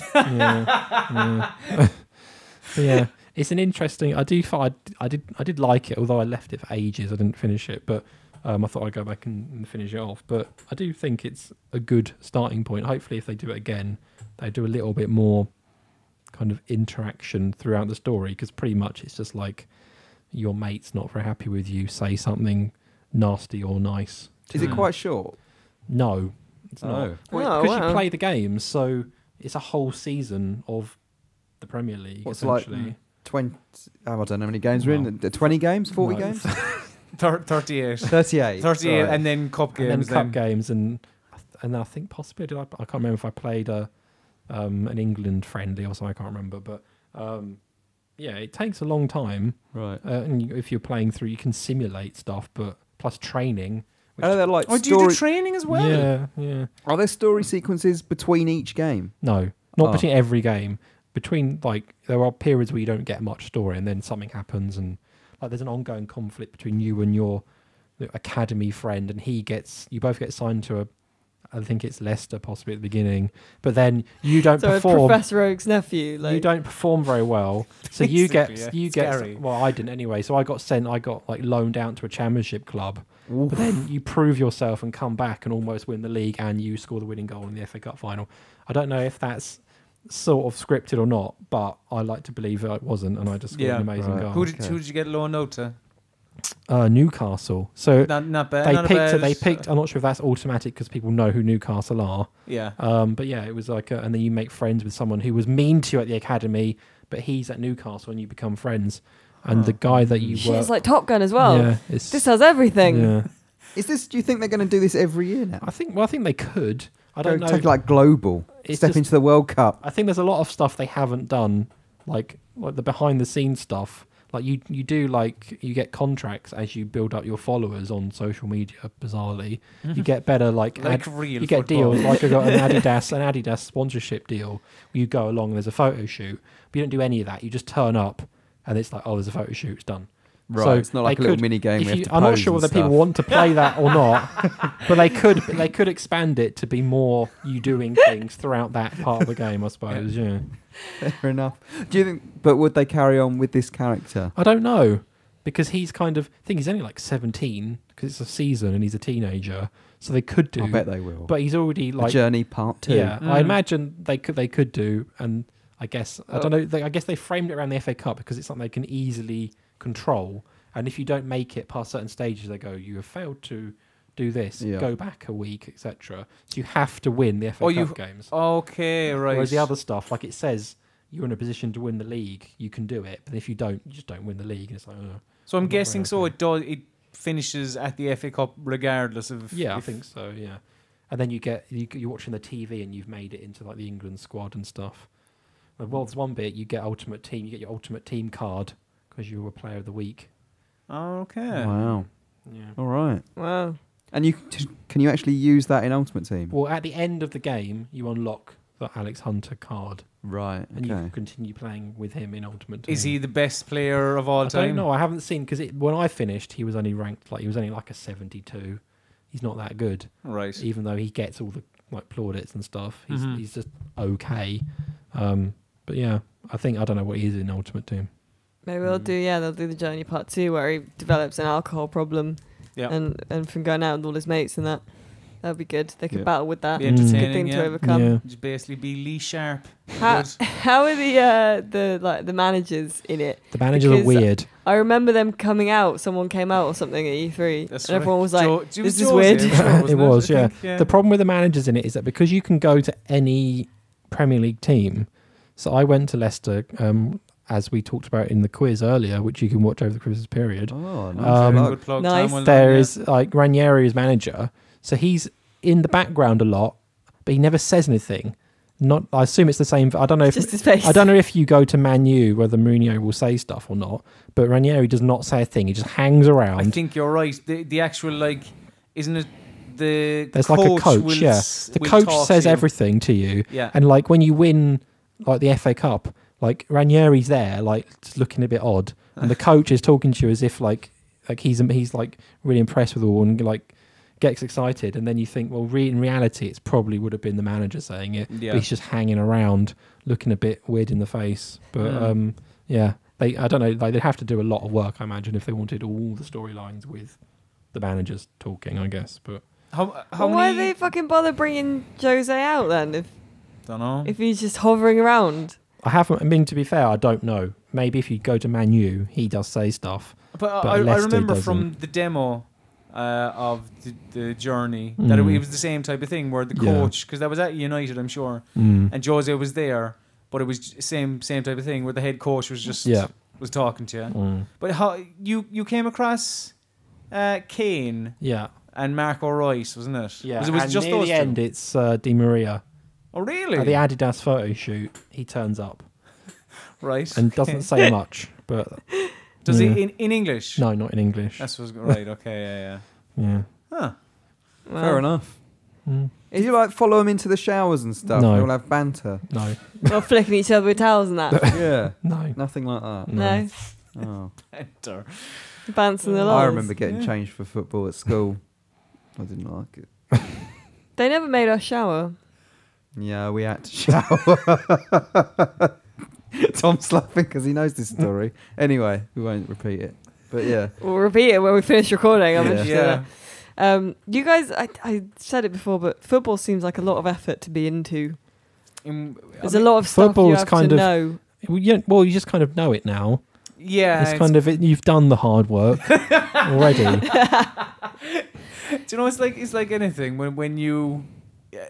Speaker 3: yeah. yeah. But yeah, it's an interesting. I do. fi- I, I did. I did like it, although I left it for ages. I didn't finish it, but um, I thought I'd go back and, and finish it off. But I do think it's a good starting point. Hopefully, if they do it again, they do a little bit more kind of interaction throughout the story, because pretty much it's just like your mate's not very happy with you. Say something nasty or nice. to
Speaker 2: Is it
Speaker 3: them.
Speaker 2: quite short?
Speaker 3: No, Mm. it's not
Speaker 2: No.
Speaker 1: Oh,
Speaker 3: because you
Speaker 1: wow.
Speaker 3: play the game, so it's a whole season of the Premier League.
Speaker 2: What's like-
Speaker 3: essentially.
Speaker 2: Twenty. Oh, I don't know how many games we're in. Twenty games, forty
Speaker 3: No.
Speaker 2: games,
Speaker 4: Thir- 38.
Speaker 2: thirty-eight.
Speaker 4: 38
Speaker 2: Right.
Speaker 4: and then cup
Speaker 3: and
Speaker 4: games.
Speaker 3: then cup games, and I th- and I think possibly did I, I can't remember if I played a um, an England friendly or something. I can't remember, but um, yeah, it takes a long time.
Speaker 2: right.
Speaker 3: Uh, and you, if you're playing through, you can simulate stuff, but plus training. Which,
Speaker 2: Are there like
Speaker 4: Oh, do you
Speaker 2: story?
Speaker 4: do training as well?
Speaker 3: Yeah, yeah.
Speaker 2: are there story sequences between each game?
Speaker 3: No, not
Speaker 2: Oh.
Speaker 3: between every game. Between like there are periods where you don't get much story, and then something happens, and like there's an ongoing conflict between you and your uh, academy friend, and he gets you both get signed to a. I think it's Leicester possibly at the beginning, but then you don't
Speaker 1: So a
Speaker 3: perform.
Speaker 1: Professor Oak's nephew. Like,
Speaker 3: You don't perform very well, so you get
Speaker 4: Basically, yeah.
Speaker 3: you
Speaker 4: It's
Speaker 3: get
Speaker 4: scary.
Speaker 3: well. I didn't anyway, so I got sent. I got like loaned out to a championship club, but then you prove yourself and come back and almost win the league and you score the winning goal in the FA Cup final. I don't know if that's sort of scripted or not, but I like to believe it wasn't, and I just scored
Speaker 4: Yeah.
Speaker 3: an amazing
Speaker 2: Right.
Speaker 3: goal.
Speaker 4: Who did,
Speaker 2: Okay.
Speaker 4: who did you get loaned out to?
Speaker 3: uh, Newcastle. So
Speaker 4: Not, not bad.
Speaker 3: they
Speaker 4: not a
Speaker 3: picked.
Speaker 4: bad-
Speaker 3: They picked. I'm not sure if that's automatic because people know who Newcastle are.
Speaker 4: Yeah.
Speaker 3: Um, but yeah, it was like, a, and then you make friends with someone who was mean to you at the academy, but he's at Newcastle, and you become friends. And the guy that you
Speaker 1: Shit,
Speaker 3: were,
Speaker 1: it's like Top Gun as well.
Speaker 3: yeah, it's,
Speaker 1: This has everything.
Speaker 3: yeah.
Speaker 2: Is this? Do you think they're going to do this every year now?
Speaker 3: I think. Well, I think they could. I
Speaker 2: Go
Speaker 3: don't know.
Speaker 2: Take like global.
Speaker 3: It's
Speaker 2: Step
Speaker 3: just-
Speaker 2: into the World Cup.
Speaker 3: I think there's a lot of stuff they haven't done, like like the behind the scenes stuff. Like you you do like you get contracts as you build up your followers on social media. Bizarrely,
Speaker 2: Mm-hmm.
Speaker 3: you get better like ad-
Speaker 4: Like real
Speaker 3: you get
Speaker 4: football.
Speaker 3: deals like I got an Adidas an Adidas sponsorship deal. Where you go along, there's a photo shoot, but you don't do any of that. You just turn up, and it's like oh, there's a photo shoot, it's done.
Speaker 2: Right.
Speaker 3: So
Speaker 2: it's not like a
Speaker 3: they
Speaker 2: little
Speaker 3: could-
Speaker 2: mini game.
Speaker 3: if
Speaker 2: We have
Speaker 3: you-
Speaker 2: to
Speaker 3: I'm not
Speaker 2: pose
Speaker 3: sure
Speaker 2: and
Speaker 3: whether people
Speaker 2: stuff.
Speaker 3: want to play that or not, but they could they could expand it to be more you doing things throughout that part of the game. I suppose. Yeah.
Speaker 2: Fair enough. Do you think? But would they carry on with this character?
Speaker 3: I don't know because he's kind of I think he's only like 17 because it's a season and he's a teenager, so they could do.
Speaker 2: I bet they will.
Speaker 3: But he's already
Speaker 2: The
Speaker 3: like
Speaker 2: Journey Part Two.
Speaker 3: Yeah, I
Speaker 4: Mm.
Speaker 3: imagine they could they could do, and I guess I
Speaker 4: Oh.
Speaker 3: don't know. They, I guess they framed it around the FA Cup because it's something they can easily control. And if you don't make it past certain stages, they go, "You have failed to do this.
Speaker 2: Yeah.
Speaker 3: Go back a week, etc." So you have to win the FA
Speaker 4: Or
Speaker 3: Cup
Speaker 4: you-
Speaker 3: games.
Speaker 4: Okay, right.
Speaker 3: Whereas the other stuff, like it says, you're in a position to win the league. You can do it, but if you don't, you just don't win the league. And it's like, oh.
Speaker 4: so I'm
Speaker 3: not
Speaker 4: guessing
Speaker 3: very
Speaker 4: so.
Speaker 3: okay.
Speaker 4: It does. It finishes at the FA Cup regardless of.
Speaker 3: yeah, I
Speaker 4: if-
Speaker 3: think so. Yeah, and then you get you, you're watching the TV and you've made it into like the England squad and stuff. Uh, Well, there's one bit you get ultimate team. You get your ultimate team card because you were a player of the week.
Speaker 4: Okay.
Speaker 2: Wow. Oh.
Speaker 3: Yeah.
Speaker 2: All right.
Speaker 1: Wow.
Speaker 2: And you can- can you actually use that in Ultimate Team?
Speaker 3: Well, at the end of the game, you unlock the Alex Hunter card,
Speaker 2: Right.
Speaker 3: and you
Speaker 2: Okay.
Speaker 3: can continue playing with him in Ultimate.
Speaker 4: Is
Speaker 3: Team.
Speaker 4: he the best player of all
Speaker 3: I
Speaker 4: time?
Speaker 3: don't know. I haven't seen because when I finished, he was only ranked like he was only like a 72. He's not that good.
Speaker 4: Right.
Speaker 3: even though he gets all the like plaudits and stuff. He's
Speaker 4: Mhm.
Speaker 3: he's just okay. Um, but yeah, I think I don't know what he is in Ultimate Team.
Speaker 1: Maybe
Speaker 3: Mm.
Speaker 1: they'll do yeah, they'll do the journey part two where he develops an alcohol problem
Speaker 4: Yeah.
Speaker 1: and and from going out with all his mates and that that'd be good. They could
Speaker 2: Yeah.
Speaker 1: battle with that.
Speaker 4: Be
Speaker 3: Yeah. Mm. Good
Speaker 1: Good
Speaker 4: entertaining.
Speaker 1: thing to
Speaker 4: Yeah.
Speaker 1: overcome.
Speaker 3: Yeah.
Speaker 4: Just basically be Lee Sharp.
Speaker 1: How
Speaker 4: Good.
Speaker 1: how are the uh, the like the managers in it?
Speaker 3: The managers are
Speaker 1: Because-
Speaker 3: weird.
Speaker 1: I remember them coming out. Someone came out or something at E3,
Speaker 4: That's
Speaker 1: and everyone
Speaker 4: right.
Speaker 1: was like,
Speaker 4: Jo- it
Speaker 1: "This is
Speaker 4: Jose,
Speaker 1: weird."
Speaker 4: wasn't
Speaker 3: It was,
Speaker 4: I
Speaker 3: yeah.
Speaker 4: think,
Speaker 3: The problem with the managers in it is that because you can go to any Premier League team, so I went to Leicester, um, as we talked about in the quiz earlier, which you can watch over the Christmas period.
Speaker 2: Oh, nice.
Speaker 3: Um,
Speaker 2: plug.
Speaker 4: good plug,
Speaker 1: Nice.
Speaker 4: Tom, well done,
Speaker 3: There
Speaker 4: yeah.
Speaker 3: is like Ranieri is manager, so he's in the background a lot, but he never says anything. Not, I assume it's the same. I don't know if
Speaker 1: Just his face.
Speaker 3: I don't know if you go to Manu whether Mourinho will say stuff or not, but Ranieri does not say a thing. He just hangs
Speaker 4: I
Speaker 3: around.
Speaker 4: think you're right. The, the actual like, isn't it? The
Speaker 3: There's
Speaker 4: coach
Speaker 3: like a coach,
Speaker 4: will
Speaker 3: yeah.
Speaker 4: s-
Speaker 3: The
Speaker 4: will
Speaker 3: coach
Speaker 4: talk
Speaker 3: says
Speaker 4: to you.
Speaker 3: everything to you,
Speaker 4: Yeah.
Speaker 3: and like when you win, like the FA Cup, like Ranieri's there, like just looking a bit odd, and the coach is talking to you as if like like he's he's like really impressed with all and like gets excited, and then you think, well, re- in reality, it's probably would have been the manager saying it.
Speaker 4: Yeah.
Speaker 3: but he's just hanging around looking a bit weird in the face but
Speaker 4: Mm.
Speaker 3: um yeah they i don't know like they'd have to do a lot of work i imagine if they wanted all the storylines with the managers talking i guess but
Speaker 4: How, how
Speaker 1: Well, why
Speaker 4: many?
Speaker 1: they fucking bother bringing Jose out then if
Speaker 4: Don't know.
Speaker 1: if he's just hovering around?
Speaker 3: i haven't i mean to be fair i don't know maybe if you go to manu he does say stuff
Speaker 4: But,
Speaker 3: But
Speaker 4: I, I
Speaker 3: Leicester
Speaker 4: remember
Speaker 3: doesn't.
Speaker 4: from the demo uh, of the, the journey that it,
Speaker 3: Mm.
Speaker 4: it was the same type of thing where the
Speaker 3: Yeah.
Speaker 4: coach, because that was at United, I'm sure, and Jose was there, but it was j- same same type of thing where the head coach was just
Speaker 3: Yeah.
Speaker 4: was talking to you.
Speaker 3: Mm.
Speaker 4: But how you you came across uh, Kane
Speaker 3: yeah
Speaker 4: and Marco Royce, wasn't it?
Speaker 3: yeah
Speaker 4: Was it was it
Speaker 3: and
Speaker 4: just
Speaker 3: near
Speaker 4: those
Speaker 3: the
Speaker 4: two?
Speaker 3: end it's uh, di maria
Speaker 4: Oh, really?
Speaker 3: at the adidas photo shoot he turns up
Speaker 4: right.
Speaker 3: and doesn't say much but
Speaker 4: Does
Speaker 3: yeah.
Speaker 4: it in, in English?
Speaker 3: no not in english
Speaker 4: That's what's right. Okay. Yeah.
Speaker 3: yeah
Speaker 4: Yeah. Huh.
Speaker 1: Well,
Speaker 2: Fair enough.
Speaker 3: Mm.
Speaker 2: Do you like follow him into the showers and stuff?
Speaker 3: No.
Speaker 2: They'll have banter.
Speaker 3: no
Speaker 1: Well, flicking each other with towels and that.
Speaker 2: yeah.
Speaker 3: no
Speaker 2: Nothing like that.
Speaker 1: no,
Speaker 2: Oh.
Speaker 4: Enter.
Speaker 1: bouncing the
Speaker 2: I
Speaker 1: lols.
Speaker 2: remember getting
Speaker 4: Yeah.
Speaker 2: changed for football at school. I didn't like it.
Speaker 1: They never made us shower.
Speaker 2: Yeah, we had to shower. Tom's laughing because he knows this story. Anyway, we won't repeat it. But yeah,
Speaker 1: We'll repeat it when we finish recording. I'm
Speaker 2: Yeah.
Speaker 1: interested. in
Speaker 4: Yeah.
Speaker 1: that. Um, you guys, I, I said it before, but football seems like a lot of effort to be into.
Speaker 4: In- I
Speaker 1: There's
Speaker 4: mean,
Speaker 1: a lot of stuff you
Speaker 3: football's
Speaker 1: have
Speaker 3: kind
Speaker 1: to
Speaker 3: of-
Speaker 1: know.
Speaker 3: Well you, well, you just kind of know it now.
Speaker 4: Yeah.
Speaker 3: it's, kind of it, you've done the hard work already.
Speaker 4: Do you know it's like it's like anything when when you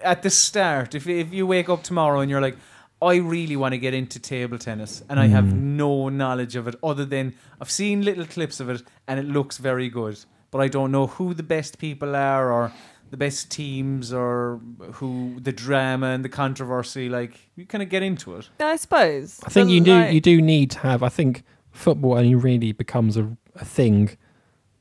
Speaker 4: at the start if if you wake up tomorrow and you're like I really want to get into table tennis and I have
Speaker 3: Mm.
Speaker 4: no knowledge of it other than I've seen little clips of it and it looks very good but I don't know who the best people are or the best teams or who the drama and the controversy like you kind of get into it.
Speaker 1: I suppose.
Speaker 3: I think
Speaker 1: But,
Speaker 3: you do
Speaker 1: like,
Speaker 3: you do need to have. I think football only really becomes a, a thing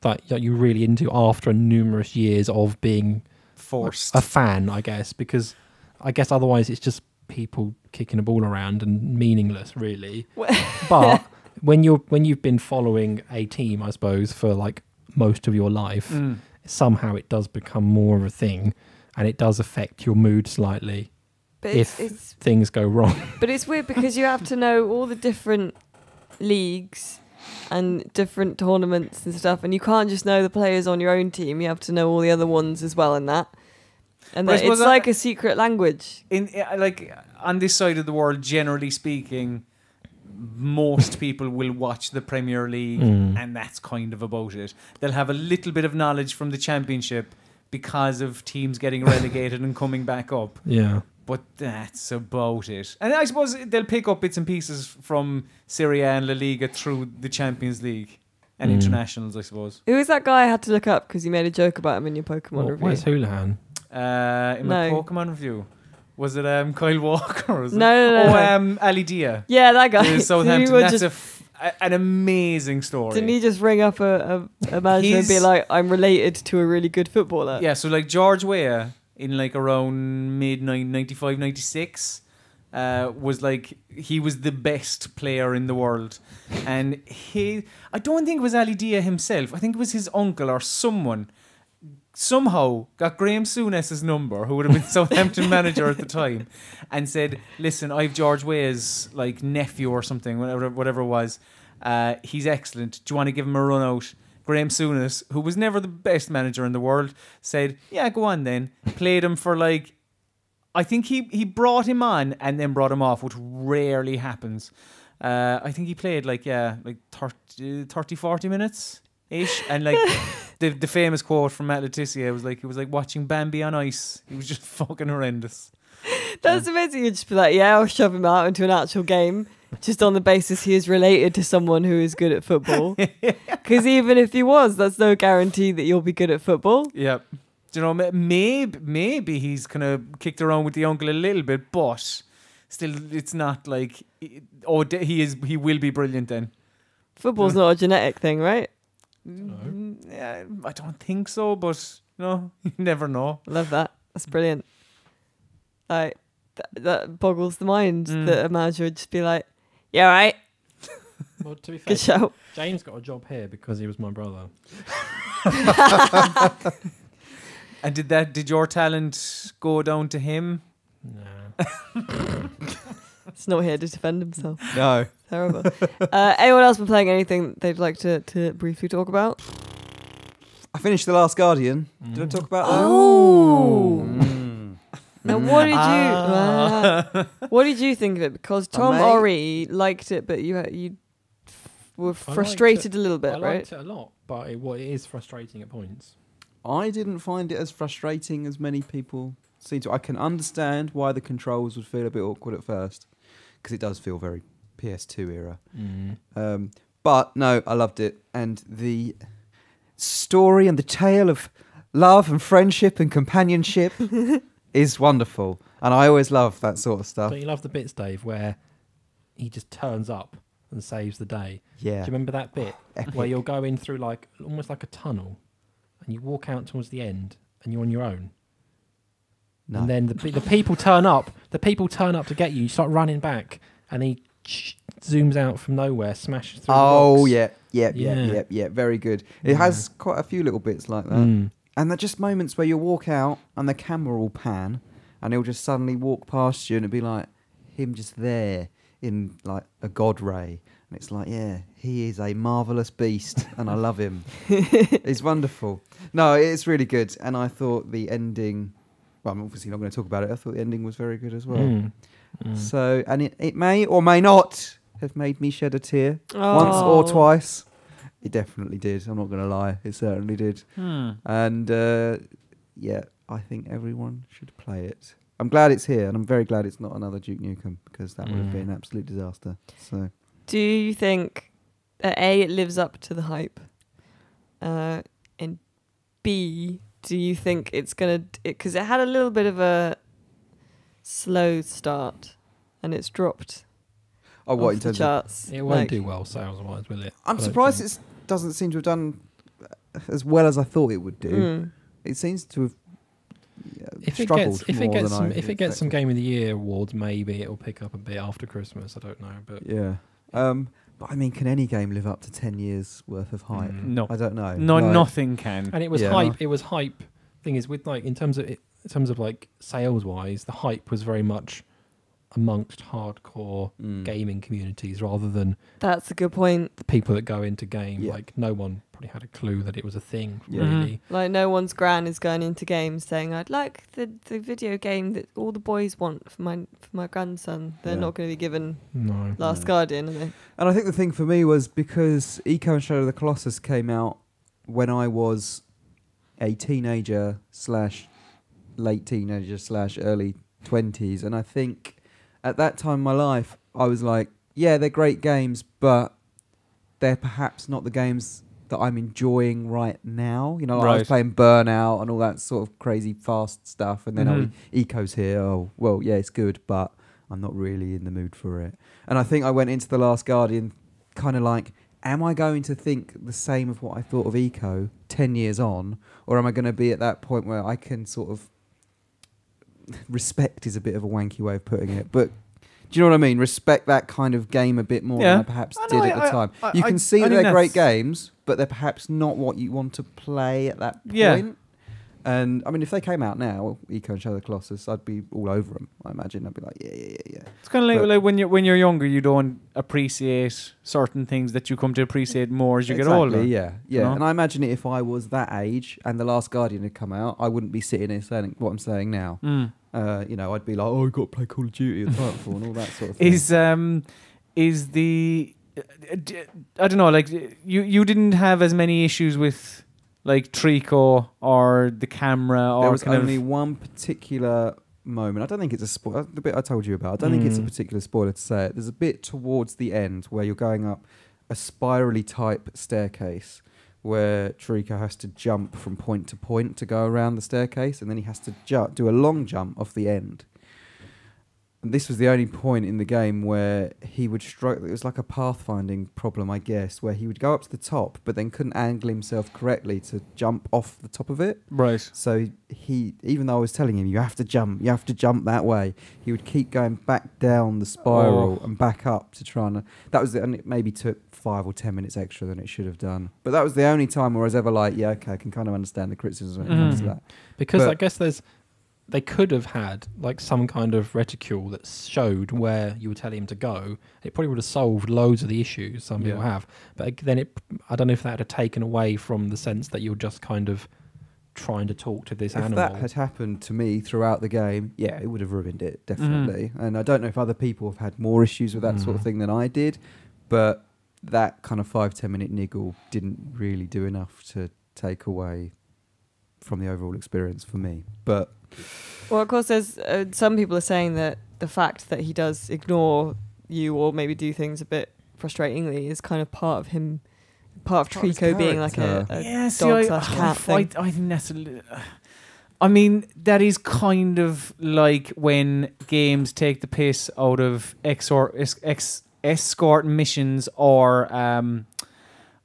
Speaker 3: that, that you're really into after numerous years of being
Speaker 4: Forced.
Speaker 3: a fan, I guess. Because I guess otherwise it's just people kicking a ball around and meaningless, really.
Speaker 1: Wha-
Speaker 3: but when you're when you've been following a team, I suppose, for like most of your life,
Speaker 4: Mm.
Speaker 3: somehow it does become more of a thing, and it does affect your mood slightly.
Speaker 1: But
Speaker 3: if
Speaker 1: it's, it's
Speaker 3: things go wrong,
Speaker 1: but it's weird because you have to know all the different leagues and different tournaments and stuff, and you can't just know the players on your own team. You have to know all the other ones as well, and that. And
Speaker 4: But I
Speaker 1: that,
Speaker 4: suppose
Speaker 1: it's
Speaker 4: that-
Speaker 1: like a secret language.
Speaker 4: in uh, like on this side of the world, generally speaking, most people will watch the Premier League,
Speaker 3: Mm.
Speaker 4: and that's kind of about it. They'll have a little bit of knowledge from the Championship because of teams getting relegated and coming back up,
Speaker 3: yeah,
Speaker 4: but that's about it. And I suppose they'll pick up bits and pieces from Serie A and La Liga through the Champions League and
Speaker 3: Mm.
Speaker 4: internationals, I suppose.
Speaker 1: Who is that guy I had to look up because you made a joke about him in your Pokemon
Speaker 3: Well,
Speaker 1: review?
Speaker 3: where's Houlihan?
Speaker 4: Uh, in my
Speaker 1: No.
Speaker 4: Pokemon review, was it um, Kyle Walker? or Was it-
Speaker 1: No, no, no,
Speaker 4: Oh,
Speaker 1: no.
Speaker 4: um, Ali Dia.
Speaker 1: yeah, that guy.
Speaker 4: to
Speaker 1: He
Speaker 4: Southampton.
Speaker 1: would
Speaker 4: That's
Speaker 1: just-
Speaker 4: a f- a- an amazing story.
Speaker 1: Didn't he just ring up a, a, a manager and be
Speaker 4: He's-
Speaker 1: like, I'm related to a really good footballer?
Speaker 4: yeah, so like George Weah in like around mid 95, 96 uh, was like he was the best player in the world, and he I don't think it was Ali Dia himself. I think it was his uncle or someone. Somehow got Graham Souness's number, who would have been Southampton manager at the time, and said, "Listen, I've George Weah's like nephew or something, whatever, whatever it was. Uh, he's excellent. Do you want to give him a run out?" Graham Souness, who was never the best manager in the world, said, "Yeah, go on then." Played him for like, I think he he brought him on and then brought him off, which rarely happens. Uh, I think he played like yeah, like 30, 30 40 minutes ish, and like. The, the famous quote from Matt Letizia was like he was like watching Bambi on ice. He was just fucking horrendous.
Speaker 1: That's amazing. You'd just be like, yeah, I'll shove him out into an actual game just on the basis he is related to someone who is good at football. Because even if he was, that's no guarantee that you'll be good at football.
Speaker 4: Yep. Do you know, ma- maybe maybe he's kind of kicked around with the uncle a little bit, but still, it's not like it- oh, d- he is he will be brilliant then.
Speaker 1: Football's not a genetic thing, right?
Speaker 4: Mm, yeah, I don't think so, but you know, you never know.
Speaker 1: Love that. That's brilliant. Like, th- that boggles the mind
Speaker 4: Mm.
Speaker 1: that a manager would just be like, yeah, all right,
Speaker 3: Well, to be fair,
Speaker 1: good show.
Speaker 3: James got a job here because he was my brother.
Speaker 4: And did that? Did your talent go down to him?
Speaker 3: Nah.
Speaker 1: It's not here to defend himself.
Speaker 2: No.
Speaker 1: Terrible. uh, anyone else been playing anything they'd like to, to briefly talk about?
Speaker 2: I finished The Last Guardian.
Speaker 3: Mm.
Speaker 2: Did I talk about that?
Speaker 1: Oh.
Speaker 2: Mm.
Speaker 1: Now, what did you
Speaker 4: Ah.
Speaker 1: Wow. what did you think of it? Because
Speaker 2: My
Speaker 1: Tom
Speaker 2: mate-
Speaker 1: Ori liked it, but you you were
Speaker 3: it.
Speaker 1: frustrated a little
Speaker 3: I
Speaker 1: bit,
Speaker 3: liked
Speaker 1: right?
Speaker 3: it a lot, but it, well, it is frustrating at points.
Speaker 2: I didn't find it as frustrating as many people seem to. I can understand why the controls would feel a bit awkward at first because it does feel very PS2 era. Um, but no, I loved it. And the story and the tale of love and friendship and companionship is wonderful. And I always love that sort of stuff.
Speaker 3: Don't you love the bits, Dave, where he just turns up and saves the day?
Speaker 2: Yeah.
Speaker 3: Do you remember that bit where you're going through like almost like a tunnel, and you walk out towards the end, and you're on your own.
Speaker 2: No.
Speaker 3: And then the, pe- the people turn up. The people turn up to get you. You start running back, and he sh- zooms out from nowhere, smashes through. the
Speaker 2: Oh,
Speaker 3: rocks.
Speaker 2: yeah. Yeah, yeah,
Speaker 3: Yeah.
Speaker 2: yeah, yeah. Very good. It
Speaker 3: Yeah.
Speaker 2: has quite a few little bits like that.
Speaker 3: Mm.
Speaker 2: And they're just moments where you walk out and the camera will pan and it'll just suddenly walk past you and it'll be like him just there in like a god ray. And it's like, yeah, he is a marvelous beast and I love him. He's wonderful. No, it's really good. And I thought the ending, well, I'm obviously not going to talk about it. I thought the ending was very good as well.
Speaker 3: Mm. Mm.
Speaker 2: So, and it, it may or may not have made me shed a tear once
Speaker 1: Oh.
Speaker 2: or twice. It definitely did. I'm not going to lie. It certainly did.
Speaker 4: Hmm.
Speaker 2: And uh, yeah, I think everyone should play it. I'm glad it's here, and I'm very glad it's not another Duke Nukem because that would have
Speaker 3: Mm.
Speaker 2: been an absolute disaster. So
Speaker 1: Do you think that A, it lives up to the hype? Uh, and B, do you think it's going to. Because it had a little bit of a slow start and it's dropped
Speaker 2: oh,
Speaker 1: off
Speaker 2: what in
Speaker 1: the
Speaker 2: terms of?
Speaker 1: charts.
Speaker 3: It won't
Speaker 1: Like,
Speaker 3: do well sales-wise, will it? um, I
Speaker 2: I'm
Speaker 3: don't
Speaker 2: surprised
Speaker 3: think.
Speaker 2: it doesn't seem to have done uh, as well as I thought it would do.
Speaker 1: mm.
Speaker 2: It seems to have yeah,
Speaker 3: If it
Speaker 2: struggled
Speaker 3: gets, if
Speaker 2: more
Speaker 3: it gets,
Speaker 2: than
Speaker 3: some,
Speaker 2: I
Speaker 3: if it gets some
Speaker 2: expected.
Speaker 3: Game of the Year awards, maybe it'll pick up a bit after Christmas. I don't know, but
Speaker 2: yeah. Um, But I mean, can any game live up to ten years worth of hype?
Speaker 3: Mm.
Speaker 4: No,
Speaker 2: I don't know.
Speaker 4: no,
Speaker 2: Like,
Speaker 4: nothing can.
Speaker 3: and it was
Speaker 2: Mm, Yeah.
Speaker 3: hype. It was hype. Thing is, with like in terms of it, in terms of like sales wise, the hype was very much amongst hardcore
Speaker 2: mm.
Speaker 3: gaming communities rather than
Speaker 1: That's a good point.
Speaker 3: the people that go into game.
Speaker 2: Yeah.
Speaker 3: Like no one probably had a clue that it was a thing.
Speaker 2: Yeah.
Speaker 3: Really,
Speaker 1: Like no one's gran is going into games saying, "I'd like the, the video game that all the boys want for my for my grandson." They're
Speaker 2: Yeah.
Speaker 1: not going to be given
Speaker 3: no.
Speaker 1: Last
Speaker 2: No.
Speaker 1: Guardian, are they?
Speaker 2: And I think the thing for me was because Eco and Shadow of the Colossus came out when I was a teenager slash late teenager slash early twenties, and I think at that time in my life I was like, yeah, they're great games, but they're perhaps not the games that I'm enjoying right now. You know, like I
Speaker 4: Right.
Speaker 2: was playing Burnout and all that sort of crazy fast stuff, and then oh,
Speaker 3: Mhm.
Speaker 4: Mm-hmm.
Speaker 2: Eco's here. Oh, well, yeah, it's good, but I'm not really in the mood for it. And I think I went into The Last Guardian kind of like, am I going to think the same of what I thought of Eco 10 years on? Or am I going to be at that point where I can sort of. Respect is a bit of a wanky way of putting it, but do you know what I mean? Respect that kind of game a bit more
Speaker 4: Yeah.
Speaker 2: than I perhaps
Speaker 4: I know,
Speaker 2: did
Speaker 4: I-
Speaker 2: at the
Speaker 4: I-
Speaker 2: time.
Speaker 4: I-
Speaker 2: you
Speaker 4: I-
Speaker 2: can see
Speaker 4: I think
Speaker 2: they're great
Speaker 4: that's-
Speaker 2: games, but they're perhaps not what you want to play at that point.
Speaker 4: Yeah.
Speaker 2: And I mean, if they came out now, Eco and Shadow of the Colossus, I'd be all over them. I imagine I'd be like, yeah, yeah, yeah, yeah.
Speaker 4: It's kind of like,
Speaker 2: But-
Speaker 4: like when you're when you're younger, you don't appreciate certain things that you come to appreciate more as you get older.
Speaker 2: Yeah, yeah.
Speaker 4: know?
Speaker 2: And I imagine if I was that age and The Last Guardian had come out, I wouldn't be sitting here saying what I'm saying now.
Speaker 4: Mm.
Speaker 2: Uh, you know, I'd be like, oh, I've got to play Call of Duty and Titanfall and all that sort of thing.
Speaker 4: Is um is the uh, d- I don't know like you you didn't have as many issues with like Trico or the camera or
Speaker 2: there was
Speaker 4: kind
Speaker 2: only
Speaker 4: of,
Speaker 2: one particular moment. I don't think it's a spoiler. The bit I told you about. I don't think it's a
Speaker 3: Mm.
Speaker 2: particular spoiler to say it. There's a bit towards the end where you're going up a spirally type staircase where Trico has to jump from point to point to go around the staircase, and then he has to ju- do a long jump off the end. And this was the only point in the game where he would struggle. It was like a pathfinding problem, I guess, where he would go up to the top, but then couldn't angle himself correctly to jump off the top of it.
Speaker 4: right.
Speaker 2: So he, even though I was telling him, you have to jump, you have to jump that way, he would keep going back down the spiral and back up to try and. That was, the, and it maybe took five or ten minutes extra than it should have done. But that was the only time where I was ever like, yeah, okay, I can kind of understand the criticism when it comes to
Speaker 3: Mhm.
Speaker 2: that.
Speaker 3: because I
Speaker 2: But-
Speaker 3: guess there's they could have had like some kind of reticule that showed where you were telling him to go. It probably would have solved loads of the issues some people
Speaker 2: Yeah.
Speaker 3: have. But ag- then it, I don't know if that would have taken away from the sense that you're just kind of trying to talk to this
Speaker 2: if
Speaker 3: animal.
Speaker 2: that had happened to me throughout the game, yeah, it would have ruined
Speaker 3: Mm.
Speaker 2: it definitely. And I don't know if other people have had more issues with that sort
Speaker 3: Mm.
Speaker 2: of thing than I did, but that kind of five ten minute niggle didn't really do enough to take away from the overall experience for me. But
Speaker 1: Well, of course, there's uh, some people are saying that the fact that he does ignore you or maybe do things a bit frustratingly is kind of part of him, part of
Speaker 2: Part of his
Speaker 1: Trico being like a,
Speaker 2: character.
Speaker 1: a
Speaker 4: yeah, see,
Speaker 1: Uh, dog
Speaker 4: I,
Speaker 1: slash
Speaker 4: I-
Speaker 1: cat
Speaker 4: I,
Speaker 1: thing.
Speaker 4: I think that's a li- I mean, that is kind of like when games take the piss out of exor- es- ex- escort missions or um,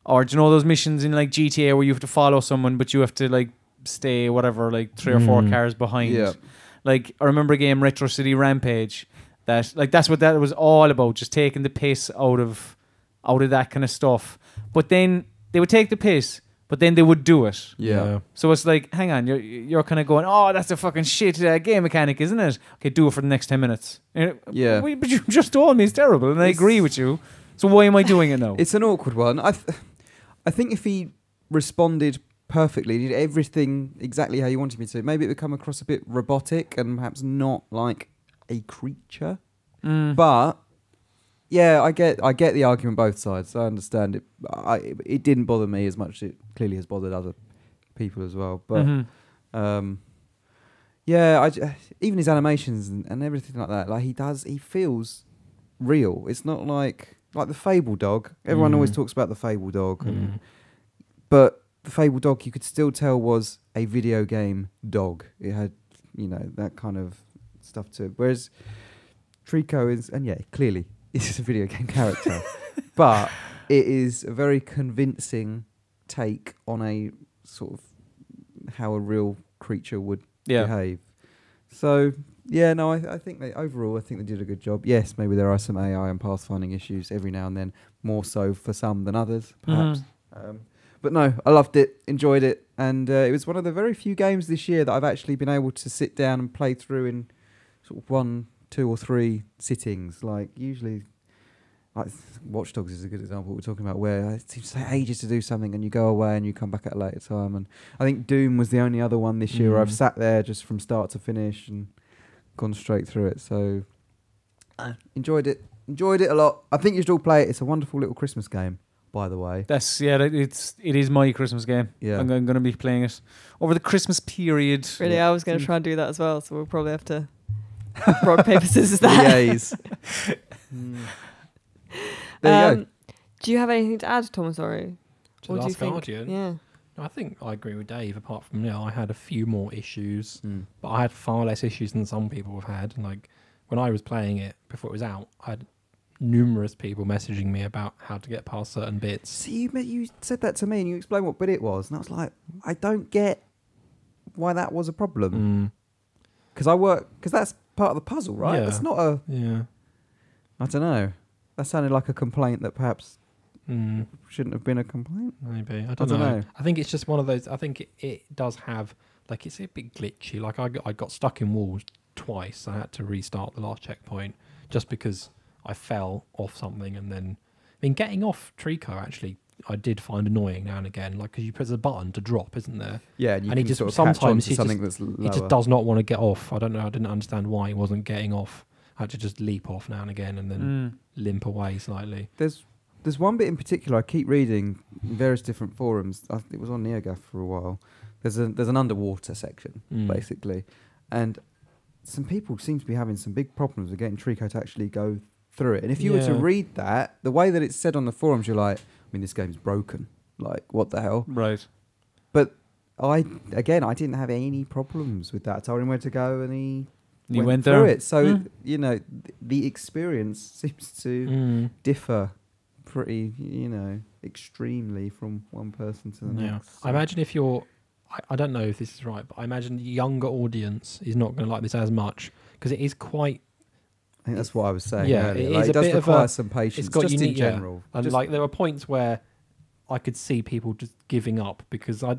Speaker 4: or do you know those missions in like GTA where you have to follow someone but you have to like stay whatever like three or four
Speaker 3: Mm.
Speaker 4: cars behind.
Speaker 2: yeah,
Speaker 4: Like I remember a game Retro City Rampage that like that's what that was all about, just taking the piss out of out of that kind of stuff. But then they would take the piss, but then they would do it.
Speaker 2: yeah,
Speaker 4: So it's like, hang on, you're you're kind of going, oh, that's a fucking shit uh, game mechanic, isn't it? Okay, do it for the next ten minutes. And it-
Speaker 2: Yeah.
Speaker 4: "Well, But you just told me it's terrible, and I
Speaker 2: It's-
Speaker 4: agree with you. So why am I doing it now?
Speaker 2: It's an awkward one. I, th- I think if he responded perfectly, did everything exactly how you wanted me to, maybe it would come across a bit robotic and perhaps not like a creature.
Speaker 3: Mm-hmm.
Speaker 4: Mm.
Speaker 2: But yeah, I get I get the argument both sides. I understand it. I it didn't bother me as much. as It clearly has bothered other people as well. But
Speaker 4: Mhm.
Speaker 3: Mm-hmm.
Speaker 2: um, yeah, I j- even his animations and, and everything like that, like he does, he feels real. It's not like like the Fable dog. Everyone always
Speaker 3: Mm.
Speaker 2: talks about the Fable dog, and,
Speaker 3: Mm.
Speaker 2: but the Fable dog you could still tell was a video game dog. It had you know that kind of stuff to it. Whereas Trico is, and yeah, clearly it's a video game character, but it is a very convincing take on a sort of how a real creature would
Speaker 4: yeah.
Speaker 2: behave. So yeah, no, I, I think they overall I think they did a good job. Yes, maybe there are some AI and pathfinding issues every now and then, more so for some than others,
Speaker 4: Mm-hmm.
Speaker 2: perhaps. Um, but no, I loved it, enjoyed it, and uh, it was one of the very few games this year that I've actually been able to sit down and play through in sort of one, two, or three sittings. Like usually, like Watch Dogs is a good example we're talking about, where it seems to take ages to do something, and you go away and you come back at a later time. And I think Doom was the only other one this year where I've
Speaker 3: Mm.
Speaker 2: sat there just from start to finish and gone straight through it. So uh, enjoyed it, enjoyed it a lot. I think you should all play it. It's a wonderful little Christmas game, by the way.
Speaker 4: That's yeah. that- It's it is my Christmas game.
Speaker 2: Yeah.
Speaker 4: I'm, going to be playing it over the Christmas period.
Speaker 1: Really, I was going to try and do that as well, so we'll probably have to rock paper scissors that.
Speaker 2: Yays. Mm. There you go.
Speaker 1: Um, Do you have anything to add, Thomas? Sorry.
Speaker 3: To
Speaker 1: What do
Speaker 3: the
Speaker 1: you
Speaker 3: Last
Speaker 1: think?
Speaker 3: Guardian.
Speaker 1: Yeah.
Speaker 3: No, I think I agree with Dave. Apart from you know, I had a few more issues,
Speaker 2: Mm.
Speaker 3: but I had far less issues than some people have had. Like when I was playing it before it was out, I had numerous people messaging me about how to get past certain bits.
Speaker 2: See, you, ma- you said that to me and you explained what bit it was, and I was like, I don't get why that was a problem.
Speaker 3: Mm,
Speaker 2: Because I work, because that's part of the puzzle, right?
Speaker 3: Yeah.
Speaker 2: That's not a,
Speaker 3: yeah.
Speaker 2: I don't know. That sounded like a complaint that perhaps
Speaker 3: Mm,
Speaker 2: shouldn't have been a complaint.
Speaker 3: maybe I don't,
Speaker 2: dunno.
Speaker 3: know. I think it's just one of those. I think it, it does have like it's a bit glitchy. Like I got, I got stuck in walls twice. I had to restart the last checkpoint just because I fell off something and then I mean getting off Trico actually I did find annoying now and again. Like because you press a button to drop, isn't there?
Speaker 2: Yeah, and you
Speaker 3: And he
Speaker 2: can
Speaker 3: just-
Speaker 2: sort of sometimes catch on
Speaker 3: sometimes
Speaker 2: to
Speaker 3: he
Speaker 2: something that's lower.
Speaker 3: He just does not want to get off. I don't know. I didn't understand why he wasn't getting off. I had to just leap off now and again and then
Speaker 4: Mm.
Speaker 3: limp away slightly.
Speaker 2: There's there's one bit in particular I keep reading in various different forums. I, it was on NeoGAF for a while. There's a there's an underwater section
Speaker 3: Mm.
Speaker 2: basically, and some people seem to be having some big problems with getting Trico to actually go through it. And if you were to
Speaker 3: Yeah.
Speaker 2: read that, the way that it's said on the forums, you're like, I mean, this game's broken. Like, what the hell?
Speaker 4: Right.
Speaker 2: But I again, I didn't have any problems with that. I told him where to go, and he
Speaker 4: You went,
Speaker 2: through it.
Speaker 4: there.
Speaker 2: So
Speaker 4: Hmm.
Speaker 2: you know, th- the experience seems to
Speaker 3: Mm.
Speaker 2: differ pretty, you know, extremely from one person to the
Speaker 3: Yeah.
Speaker 2: next.
Speaker 3: I imagine if you're, I, I don't know if this is right, but I imagine the younger audience is not going to like this as much because it is quite.
Speaker 2: I think that's what I was saying.
Speaker 3: Yeah,
Speaker 2: earlier.
Speaker 3: it
Speaker 2: like,
Speaker 3: is
Speaker 2: it
Speaker 3: a
Speaker 2: does
Speaker 3: bit of
Speaker 2: require
Speaker 3: a-
Speaker 2: some patience,
Speaker 3: it's got
Speaker 2: just in
Speaker 3: unique- yeah.
Speaker 2: general.
Speaker 3: And
Speaker 2: Just-
Speaker 3: like there were points where I could see people just giving up because I,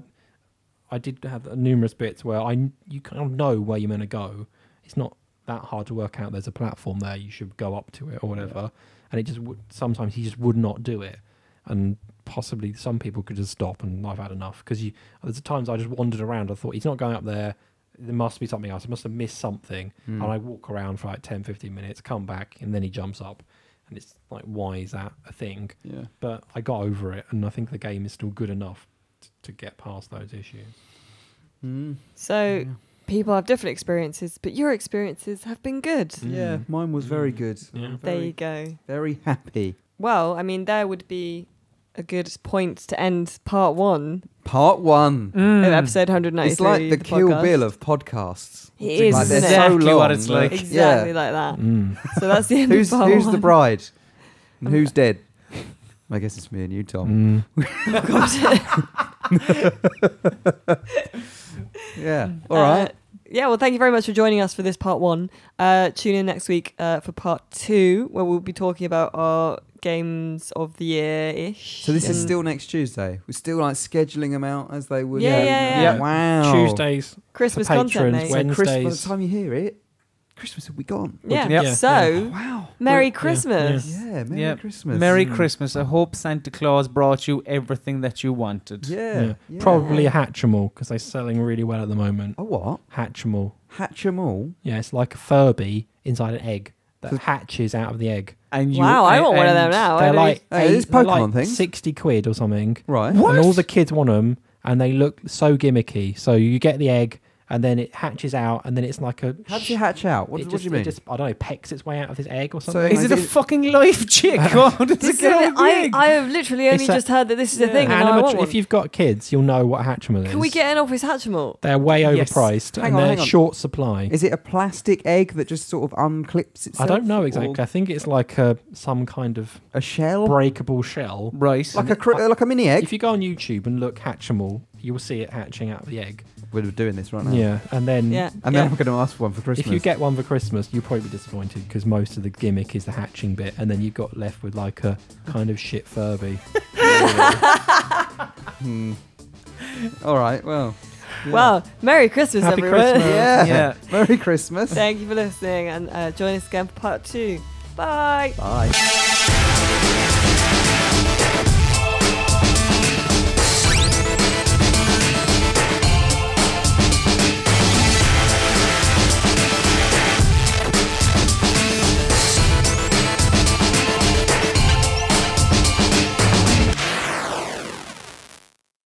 Speaker 3: I did have numerous bits where I kn- you kind of know where you're going to go. It's not that hard to work out. There's a platform there. You should go up to it or whatever. And it just would, sometimes he just would not do it, and possibly some people could just stop and I've had enough because you. There's times I just wandered around. I thought he's not going up there. There must be something else. I must have missed something.
Speaker 2: Hmm.
Speaker 3: And I walk around for like 10, 15 minutes, come back, and then he jumps up. And it's like, why is that a thing?
Speaker 2: yeah.
Speaker 3: but I got over it, and I think the game is still good enough t- to get past those issues. Hmm.
Speaker 2: Mm.
Speaker 1: So
Speaker 2: Yeah.
Speaker 1: people have different experiences, but your experiences have been good.
Speaker 2: Yeah,
Speaker 3: Mm.
Speaker 2: mine was very
Speaker 3: Mm.
Speaker 2: good.
Speaker 3: Yeah.
Speaker 2: I'm
Speaker 1: There you
Speaker 2: Very,
Speaker 1: go.
Speaker 2: very happy.
Speaker 1: Well, I mean, there would be a good point to end part one
Speaker 2: Part one.
Speaker 4: Mm.
Speaker 1: of episode 193.
Speaker 2: It's like the, Kill
Speaker 1: podcast.
Speaker 2: Bill of podcasts.
Speaker 1: It is,
Speaker 2: like,
Speaker 1: isn't
Speaker 2: they're
Speaker 1: it?
Speaker 2: so
Speaker 4: Exactly what
Speaker 2: long,
Speaker 4: it's like.
Speaker 1: Exactly
Speaker 2: yeah.
Speaker 1: like that.
Speaker 3: Mm.
Speaker 1: So that's the end
Speaker 2: Who's
Speaker 1: of part
Speaker 2: who's
Speaker 1: one.
Speaker 2: the bride? And
Speaker 1: I'm-
Speaker 2: who's dead? I guess it's me and you, Tom.
Speaker 3: Mm.
Speaker 2: Yeah. All right.
Speaker 1: Uh, yeah, well, thank you very much for joining us for this part one. Uh, tune in next week uh, for part two, where we'll be talking about our games of the year ish.
Speaker 2: So this is still next Tuesday. We're still like scheduling them out as they would.
Speaker 1: Yeah, yeah, yeah.
Speaker 2: Wow.
Speaker 3: Tuesdays,
Speaker 1: Christmas
Speaker 3: for
Speaker 1: content, mate.
Speaker 3: patrons, when-
Speaker 2: So Chris, by the
Speaker 3: Wednesdays.
Speaker 2: time you hear it, Christmas will be gone.
Speaker 1: yeah.
Speaker 4: Yeah.
Speaker 1: So,
Speaker 2: Wow.
Speaker 1: Merry
Speaker 3: Yeah, yeah.
Speaker 1: Christmas.
Speaker 2: Yeah. Merry
Speaker 4: Yeah.
Speaker 2: Christmas.
Speaker 4: Merry
Speaker 2: Mm.
Speaker 4: Christmas. I hope Santa Claus brought you everything that you wanted.
Speaker 2: Yeah.
Speaker 3: yeah.
Speaker 2: yeah.
Speaker 3: probably a Hatchimal because they're selling really well at the moment.
Speaker 2: A what?
Speaker 3: Hatchimal,
Speaker 2: Hatch 'em all.
Speaker 3: yeah, it's like a Furby inside an egg that
Speaker 2: So-
Speaker 3: hatches out of the egg.
Speaker 4: And you,
Speaker 1: Wow, I want one of them
Speaker 4: and-
Speaker 1: now. I
Speaker 3: they're
Speaker 1: don't
Speaker 3: like
Speaker 2: Oh, these
Speaker 3: eight- they're
Speaker 2: Pokemon
Speaker 3: like
Speaker 2: things?
Speaker 3: sixty quid or something.
Speaker 2: Right.
Speaker 3: And all the kids want them, and they look so gimmicky. So you get the egg, and then it hatches out, and then it's like a.
Speaker 2: How did you hatch out? What,
Speaker 3: it
Speaker 2: what
Speaker 3: just,
Speaker 2: do you
Speaker 3: it
Speaker 2: mean?
Speaker 3: just- I don't know, pecks its way out of this egg or
Speaker 2: So
Speaker 3: something.
Speaker 4: Is it a
Speaker 2: Is it-
Speaker 4: fucking live chick? How does
Speaker 1: This
Speaker 4: it
Speaker 1: is
Speaker 4: get
Speaker 1: it.
Speaker 4: out of the
Speaker 1: I,
Speaker 4: egg?
Speaker 1: I have literally only
Speaker 3: It's a-
Speaker 1: just heard that this is a
Speaker 4: Yeah.
Speaker 1: thing. and I
Speaker 3: Animatr-
Speaker 1: want one.
Speaker 3: if you've got kids, you'll know what Hatchimal is.
Speaker 1: Can we get an office Hatchimal?
Speaker 3: They're way
Speaker 4: Yes.
Speaker 3: overpriced
Speaker 2: Hang
Speaker 3: and
Speaker 2: on,
Speaker 3: they're
Speaker 2: hang on.
Speaker 3: short supply.
Speaker 2: Is it a plastic egg that just sort of unclips
Speaker 3: I
Speaker 2: itself?
Speaker 3: don't know
Speaker 2: or
Speaker 3: exactly. I think it's like a, some kind of
Speaker 2: A shell,
Speaker 3: breakable shell.
Speaker 4: right.
Speaker 2: like a cr- like a mini egg.
Speaker 3: If you go on YouTube and look Hatchimal, you'll see it hatching out of the egg.
Speaker 2: We're doing this right now.
Speaker 3: Yeah, Mm. and then
Speaker 1: Yeah.
Speaker 2: And then I'm going to ask for one for Christmas.
Speaker 3: if you get one for Christmas, you'll probably be disappointed because most of the gimmick is the hatching bit, and then you got left with like a kind of shit Furby.
Speaker 2: Hmm. All right. Well. yeah.
Speaker 1: Well, Merry Christmas,
Speaker 3: Happy
Speaker 1: everyone.
Speaker 3: Christmas.
Speaker 2: Yeah.
Speaker 4: Yeah.
Speaker 2: Merry Christmas.
Speaker 1: Thank you for listening and uh, join us again for part two. Bye.
Speaker 2: Bye.